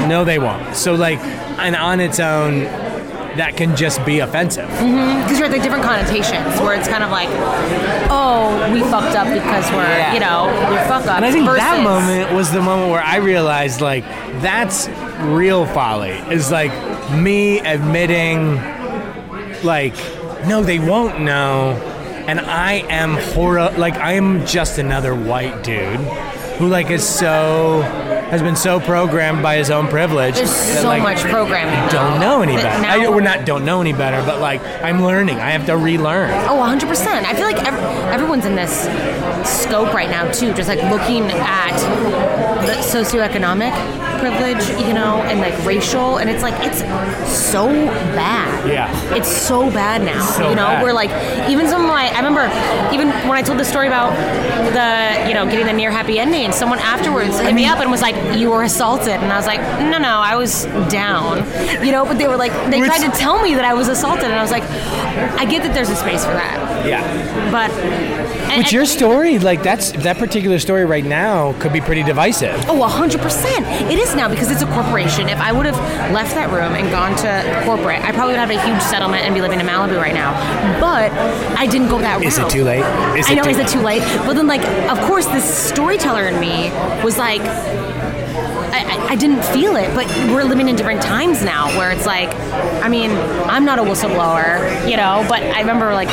Speaker 1: No, they won't. So, like, and on its own, that can just be offensive.
Speaker 2: because you're at the different connotations where it's kind of like, oh, we fucked up because we're, you know, we fuck up.
Speaker 1: And I think that
Speaker 2: versus-
Speaker 1: moment was the moment where I realized, like, that's real folly. Is like me admitting, like, no, they won't know. And I am horror, like, I am just another white dude who, like, is so, has been so programmed by his own privilege.
Speaker 2: There's
Speaker 1: that,
Speaker 2: so
Speaker 1: like,
Speaker 2: much programming.
Speaker 1: I
Speaker 2: now.
Speaker 1: don't know any
Speaker 2: But
Speaker 1: better.
Speaker 2: now-
Speaker 1: I, we're not don't know any better, but like I'm learning. I have to relearn.
Speaker 2: Oh, 100%. I feel like ev- everyone's in this scope right now, too, just like looking at the socioeconomic privilege, you know, and like racial. And it's like, it's so bad.
Speaker 1: Yeah.
Speaker 2: It's so bad now.
Speaker 1: So
Speaker 2: you know,
Speaker 1: bad.
Speaker 2: we're like, even some of my, I remember even when I told the story about the, you know, getting the near happy ending, and someone afterwards hit me up and was like, you were assaulted. And I was like, no, no, I was down. You know, but they were like, they
Speaker 1: Which-
Speaker 2: tried to tell me that I was assaulted. And I was like, I get that there's a space for that
Speaker 1: Yeah.
Speaker 2: but and,
Speaker 1: But your story, like that's that particular story right now, could be pretty divisive.
Speaker 2: Oh, 100%. It is now because it's a corporation. If I would have left that room and gone to corporate, I probably would have a huge settlement and be living in Malibu right now. But I didn't go that route.
Speaker 1: Is it too late? Is
Speaker 2: I
Speaker 1: it
Speaker 2: know,
Speaker 1: too
Speaker 2: is it
Speaker 1: late?
Speaker 2: too late? But then, like, of course, this storyteller in me was like, I, I- I didn't feel it, but we're living in different times now where it's like, I mean, I'm not a whistleblower, you know, but I remember like,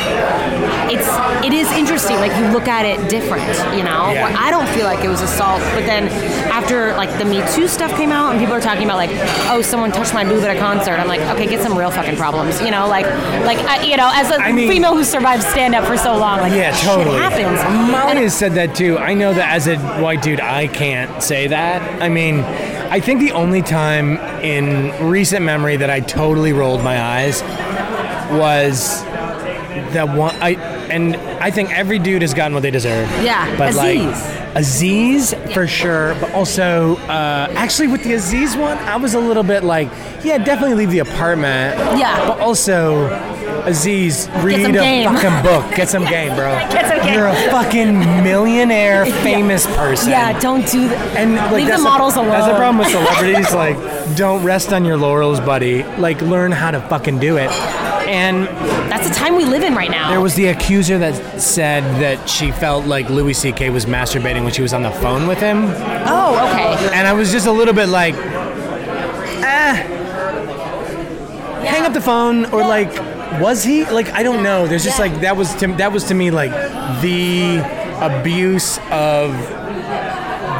Speaker 2: it's it is interesting. Like you look at it different, you know.
Speaker 1: Yeah.
Speaker 2: Where I don't feel like it was assault, but then after like the Me Too stuff came out and people are talking about like, oh, someone touched my boob at a concert. I'm like, okay, get some real fucking problems, you know. Like, like I, you know, as a
Speaker 1: I mean-
Speaker 2: female who survived stand up for so long, like
Speaker 1: Yeah, totally.
Speaker 2: shit happens.
Speaker 1: Molly
Speaker 2: And-
Speaker 1: has said that too. I know that as a white dude, I can't say that. I mean, I think the only time in recent memory that I totally rolled my eyes was the one. I and I think every dude has gotten what they deserve.
Speaker 2: Yeah,
Speaker 1: but
Speaker 2: Aziz.
Speaker 1: like Aziz for sure, but also uh, actually with the Aziz one, I was a little bit like, yeah, definitely leave the apartment.
Speaker 2: Yeah.
Speaker 1: but also. Aziz, read
Speaker 2: some
Speaker 1: a
Speaker 2: game.
Speaker 1: fucking book. Get some game, bro.
Speaker 2: [LAUGHS] Get some game.
Speaker 1: You're a fucking millionaire,
Speaker 2: [LAUGHS]
Speaker 1: famous person.
Speaker 2: yeah, don't do that.
Speaker 1: And like,
Speaker 2: leave the
Speaker 1: that's
Speaker 2: models
Speaker 1: a,
Speaker 2: alone.
Speaker 1: That's the problem with
Speaker 2: [LAUGHS]
Speaker 1: celebrities. like, don't rest on your laurels, buddy. Like, learn how to fucking do it. And
Speaker 2: That's the time we live in right now.
Speaker 1: there was the accuser that said that she felt like Louis C.K. was masturbating when she was on the phone with him.
Speaker 2: oh, okay.
Speaker 1: And I was just a little bit like, eh. hang up the phone or like was he like i don't know there's just like that was to that was to me like the abuse of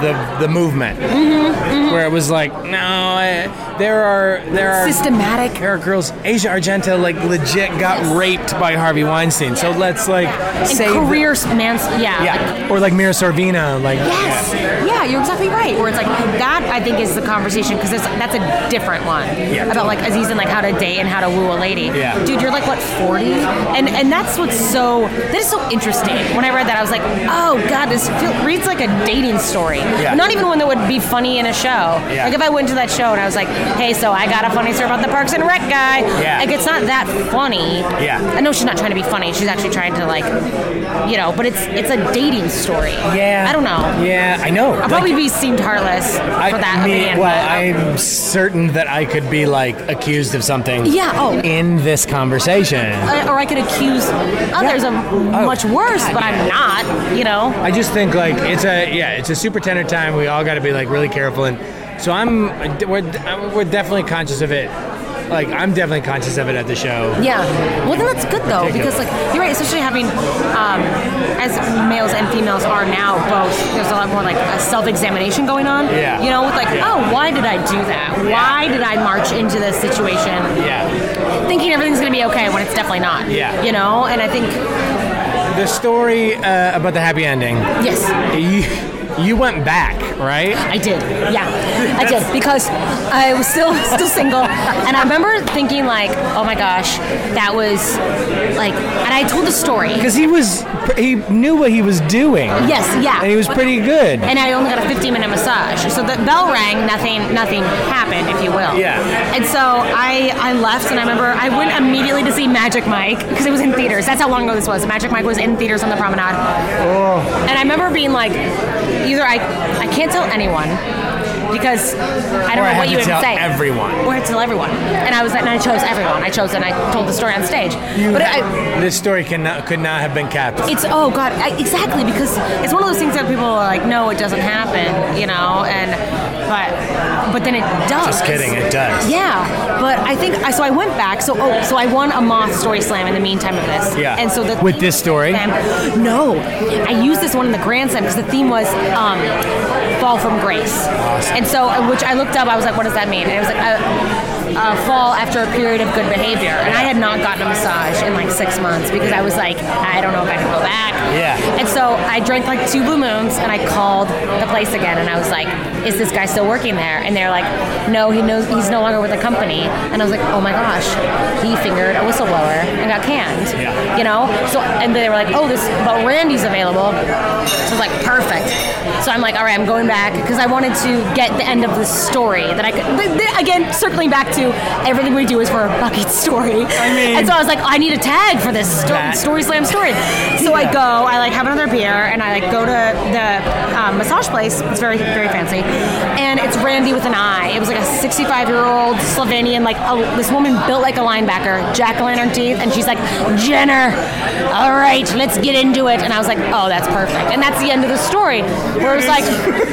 Speaker 1: the the movement
Speaker 2: Mm-hmm,
Speaker 1: where it was like no I, there are there are
Speaker 2: Systematic.
Speaker 1: there are girls asia argento like legit got raped by harvey weinstein so let's like
Speaker 2: And
Speaker 1: save the-
Speaker 2: career man's yeah, like,
Speaker 1: yeah or like mira sorvino like
Speaker 2: Yes. Yeah, you're exactly right. Where it's like that, I think is the conversation because that's a different one
Speaker 1: Yeah.
Speaker 2: about like Aziz and like how to date and how to woo a lady.
Speaker 1: Yeah.
Speaker 2: Dude, you're like what 40, and and that's what's so that is so interesting. When I read that, I was like, oh god, this feel, reads like a dating story.
Speaker 1: Yeah.
Speaker 2: Not even one that would be funny in a show.
Speaker 1: Yeah.
Speaker 2: Like if I went to that show and I was like, hey, so I got a funny story about the Parks and Rec guy.
Speaker 1: Yeah.
Speaker 2: Like it's not that funny.
Speaker 1: Yeah.
Speaker 2: I know she's not trying to be funny. She's actually trying to like, you know, but it's it's a dating story.
Speaker 1: yeah
Speaker 2: I don't know.
Speaker 1: yeah i know
Speaker 2: I'll
Speaker 1: Like,
Speaker 2: probably be seemed heartless for that
Speaker 1: me-
Speaker 2: opinion.
Speaker 1: Well,
Speaker 2: but-
Speaker 1: I'm certain that I could be like accused of something.
Speaker 2: Yeah, oh.
Speaker 1: In this conversation,
Speaker 2: I- or I could accuse others of
Speaker 1: Oh,
Speaker 2: much worse,
Speaker 1: God,
Speaker 2: but I'm not. You know.
Speaker 1: I just think like it's a yeah, it's a super tender time. We all got to be like really careful, and so I'm we're we're definitely conscious of it. Like I'm definitely conscious of it at the show.
Speaker 2: Yeah. Well, then that's good though, because like you're right, especially having um, as males and females are now both. There's a lot more like a self-examination going on.
Speaker 1: Yeah.
Speaker 2: You know, with like, oh, why did I do that? Why did I march into this situation,
Speaker 1: Yeah,
Speaker 2: thinking everything's gonna be okay when it's definitely not?
Speaker 1: Yeah.
Speaker 2: You know, and I think
Speaker 1: the story uh, about the happy ending.
Speaker 2: yes.
Speaker 1: You you went back, right?
Speaker 2: I did, yeah, I did because I was still [LAUGHS] still single, and I remember thinking like, oh my gosh, that was like, and I told the story.
Speaker 1: Because he was, he knew what he was doing.
Speaker 2: Yes, yeah.
Speaker 1: And he was pretty good.
Speaker 2: and I only got a 15 minute massage. So the bell rang, nothing, nothing happened, if you will.
Speaker 1: Yeah.
Speaker 2: And so I, I left, and I remember I went immediately to see Magic Mike because it was in theaters. That's how long ago this was. Magic Mike was in theaters on the promenade.
Speaker 1: Oh.
Speaker 2: And I remember being like, either I, I can't tell anyone because I don't
Speaker 1: Or I
Speaker 2: know
Speaker 1: have
Speaker 2: what
Speaker 1: to
Speaker 2: you even
Speaker 1: tell
Speaker 2: say.
Speaker 1: everyone.
Speaker 2: Or I tell everyone. And I was, and I chose everyone. I chose, and I told the story on stage. but I,
Speaker 1: this story cannot, could not have been capped.
Speaker 2: it's oh god, I, exactly because it's one of those things that people are like, no, it doesn't happen, you know, and but but then it does.
Speaker 1: Just kidding, it does.
Speaker 2: Yeah, but I think I so I went back. So oh, so I won a moth story slam in the meantime of this.
Speaker 1: Yeah.
Speaker 2: and so the
Speaker 1: With this story?
Speaker 2: Slam- no, I used this one in the grand slam because the theme was um, fall from grace, and so uh, which I looked up. I was like, what does that mean? And it was like. Uh, uh, fall after a period of good behavior, and I had not gotten a massage in like six months because I was like, I don't know if I can go back.
Speaker 1: Yeah.
Speaker 2: And so I drank like two blue moons and I called the place again and I was like, is this guy still working there? And they're like, no, he knows he's no longer with the company. And I was like, oh my gosh, he fingered a whistleblower and got canned.
Speaker 1: Yeah.
Speaker 2: You know? So and they were like, oh, this but Randy's available. So I was like, perfect. So I'm like, all right, I'm going back because I wanted to get the end of the story that I could. th- th- again, circling back to everything we do is for a bucket story.
Speaker 1: I mean-
Speaker 2: and so I was like, I need a tag for this sto-
Speaker 1: That-
Speaker 2: story slam story. So I go, I like have another beer, and I like go to the um, massage place. It's very very fancy, and it's Randy with an I. It was like a 65 year old Slovenian, like a, this woman built like a linebacker, jack o' lantern teeth, and she's like Jenner. All right, let's get into it. And I was like, oh, that's perfect. And that's the end of the story. Where it
Speaker 1: [LAUGHS]
Speaker 2: was like,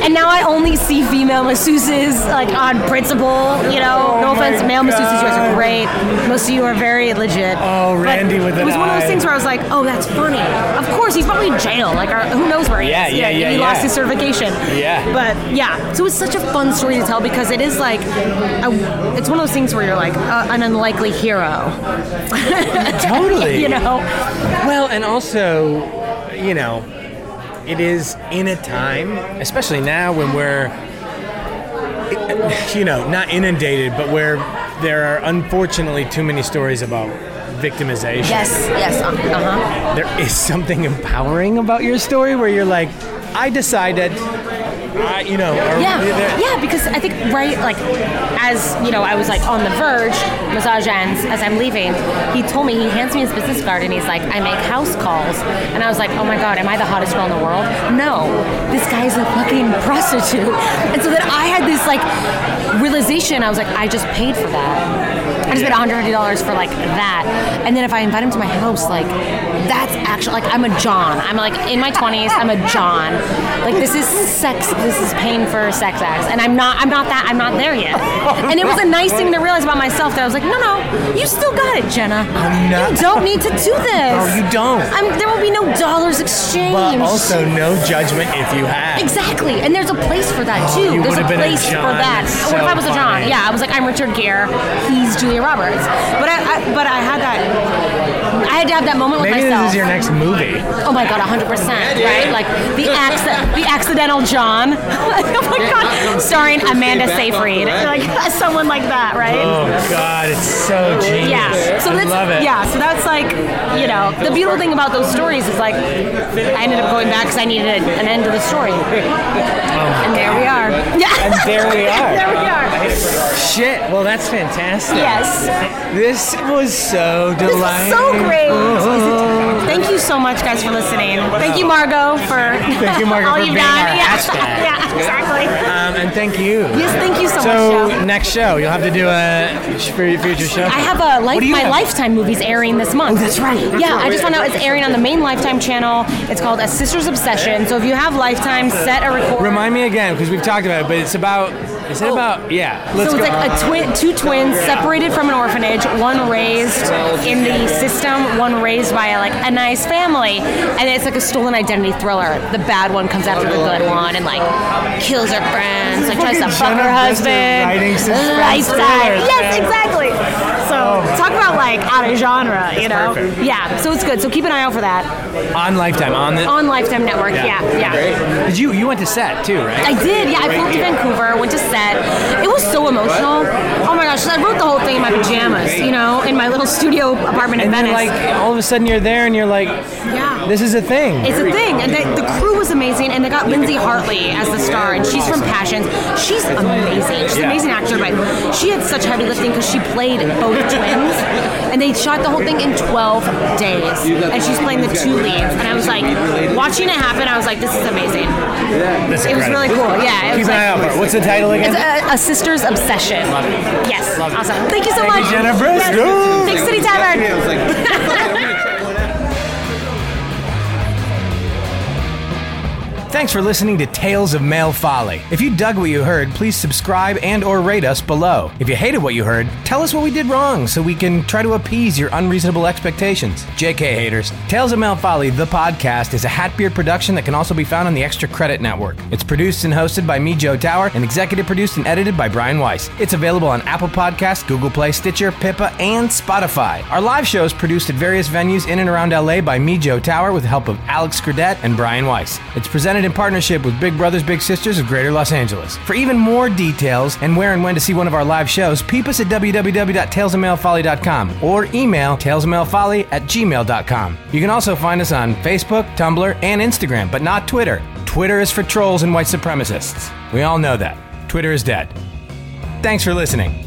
Speaker 2: and now I only see female masseuses like on principle. You know, no
Speaker 1: Oh my
Speaker 2: offense, male masseuses, you guys
Speaker 1: God.
Speaker 2: are great. Most of you are very legit.
Speaker 1: Oh,
Speaker 2: But
Speaker 1: Randy with
Speaker 2: It
Speaker 1: an
Speaker 2: was one of
Speaker 1: eye.
Speaker 2: those things where I was like, oh, that's funny. Of course, he's probably in jail. Like, or, who knows where he
Speaker 1: Yeah,
Speaker 2: is?
Speaker 1: yeah, yeah,
Speaker 2: He
Speaker 1: yeah.
Speaker 2: lost his certification.
Speaker 1: Yeah.
Speaker 2: But yeah, so it's such a fun story to tell because it is like, a, it's one of those things where you're like uh, an unlikely hero. [LAUGHS]
Speaker 1: Totally.
Speaker 2: you know.
Speaker 1: Well, and also, you know, it is in a time, especially now when we're, you know, not inundated, but where there are unfortunately too many stories about victimization.
Speaker 2: Yes. Yes. Uh huh.
Speaker 1: There is something empowering about your story where you're like, I decided, I, you know, or,
Speaker 2: Yeah, yeah, because I think right, like, as you know, I was like on the verge. Massage ends as I'm leaving. He told me he hands me his business card and he's like, "I make house calls," and I was like, "Oh my god, am I the hottest girl in the world?" No, this guy's a fucking prostitute. And so then I had this like realization. I was like, I just paid for that. I just paid $150 for like that. And then if I invite him to my house, like that's actually like I'm a John. I'm like in my 20s. I'm a John. Like this is sex. This is pain for sex acts. And I'm not. I'm not that. I'm not there yet. And it was a nice thing to realize about myself that I was like, no, no, you still got it, Jenna.
Speaker 1: I'm not-
Speaker 2: You don't need to do this.
Speaker 1: No, you don't.
Speaker 2: I'm, there will be no dollars exchanged.
Speaker 1: But also, no judgment if you have.
Speaker 2: Exactly, and there's a place for that too.
Speaker 1: you
Speaker 2: there's
Speaker 1: would've
Speaker 2: a
Speaker 1: been a
Speaker 2: place
Speaker 1: John.
Speaker 2: for that.
Speaker 1: That's
Speaker 2: what if
Speaker 1: so
Speaker 2: I was a John?
Speaker 1: funny.
Speaker 2: Yeah, I was like, I'm Richard Gere, he's Julia Roberts. But I, I but I had that. I had to have that moment
Speaker 1: Maybe
Speaker 2: with
Speaker 1: this
Speaker 2: myself.
Speaker 1: is your next movie.
Speaker 2: oh my god, 100 percent, right? Like the acc- the accidental John. [LAUGHS] oh my god, starring Amanda Seyfried, like [LAUGHS] someone like that, right?
Speaker 1: Oh God, it's so genius.
Speaker 2: Yeah. So
Speaker 1: I
Speaker 2: that's
Speaker 1: love it.
Speaker 2: yeah. So that's like you know the beautiful thing about those stories is like I ended up going back because I needed an end to the story. and there we are. Yeah.
Speaker 1: Oh. And there we are.
Speaker 2: [LAUGHS] there we are.
Speaker 1: Shit. Well, that's fantastic.
Speaker 2: Yes.
Speaker 1: This was so
Speaker 2: This
Speaker 1: delightful.
Speaker 2: is so great. Thank you so much, guys, for listening. Thank you, Margot, for
Speaker 1: Thank you, Margot,
Speaker 2: [LAUGHS] all
Speaker 1: for
Speaker 2: you've
Speaker 1: being
Speaker 2: done.
Speaker 1: our
Speaker 2: yeah.
Speaker 1: hashtag.
Speaker 2: [LAUGHS] yeah, exactly.
Speaker 1: Um, and thank you.
Speaker 2: yes, thank you so,
Speaker 1: so
Speaker 2: much. Joe.
Speaker 1: next show, you'll have to do a sh- for your future show.
Speaker 2: I have a
Speaker 1: What
Speaker 2: life,
Speaker 1: do you
Speaker 2: my
Speaker 1: have?
Speaker 2: Lifetime movies airing this month. that's right. yeah, I just found out it's airing on the main Lifetime channel. It's called A Sister's Obsession. So if you have Lifetime, set a record.
Speaker 1: Remind me again because we've talked about it, but it's about. Is it
Speaker 2: Oh.
Speaker 1: about? Yeah. Let's
Speaker 2: so it's
Speaker 1: go.
Speaker 2: like a twin, two twins separated from an orphanage, one raised in the system, one raised by like a nice family, and it's like a stolen identity thriller. The bad one comes after the good one and like kills her friends, like tries to
Speaker 1: Fucking
Speaker 2: fuck her
Speaker 1: Jenna Fischer
Speaker 2: husband.
Speaker 1: writing suspense
Speaker 2: Lifetime.
Speaker 1: thrillers,
Speaker 2: Yes,
Speaker 1: man. Oh.
Speaker 2: exactly. So talk about like out of genre, you know?
Speaker 1: perfect.
Speaker 2: Yeah. So it's good. So keep an eye out for that
Speaker 1: on Lifetime on the.
Speaker 2: on Lifetime Network.
Speaker 1: Yeah.
Speaker 2: yeah. yeah.
Speaker 1: Did you you went to set too, right?
Speaker 2: I did, yeah. I flew up to Vancouver, went to set. It was so emotional. Oh my gosh, I wrote the whole thing in my pajamas, you know, in my little [LAUGHS] studio apartment in
Speaker 3: And then,
Speaker 2: Venice.
Speaker 3: like, all of a sudden you're there and you're like,
Speaker 2: yeah.
Speaker 3: this is a thing.
Speaker 2: It's a thing, and the, the crew was amazing, and they got Lindsay Hartley as the star, and she's from Passions. She's amazing. She's an amazing actor, but she had such heavy lifting because she played both twins, and they shot the whole thing in 12 days, and she's playing the two leads. And I was like, watching it happen, I was like, this is amazing.
Speaker 3: That's
Speaker 2: It was really cool. Yeah, it
Speaker 3: Keep
Speaker 2: was
Speaker 3: an eye out
Speaker 2: like.
Speaker 3: for it. What's the title
Speaker 2: It's
Speaker 3: again?
Speaker 2: a, a sister's obsession. Yes. Awesome. Thank you so
Speaker 3: Thank you,
Speaker 2: much.
Speaker 3: Jenna Briscoe.
Speaker 2: Yes. Big City Tavern.
Speaker 1: Thanks for listening to Tales of Male Folly. If you dug what you heard, please subscribe and or rate us below. If you hated what you heard, tell us what we did wrong so we can try to appease your unreasonable expectations. JK haters, Tales of Male Folly, the podcast, is a Hatbeard production that can also be found on the Extra Credit Network. It's produced and hosted by me, Joe Tower, and executive produced and edited by Brian Weiss. It's available on Apple Podcasts, Google Play, Stitcher, Pippa, and Spotify. Our live show is produced at various venues in and around LA by me, Joe Tower, with the help of Alex Gradette and Brian Weiss. It's presented in partnership with Big Brothers Big Sisters of Greater Los Angeles. For even more details and where and when to see one of our live shows, peep us at www.talesofmalefolly.com or email talesofmalefolly at gmail.com. You can also find us on Facebook, Tumblr, and Instagram, but not Twitter. Twitter is for trolls and white supremacists. We all know that. Twitter is dead. Thanks for listening.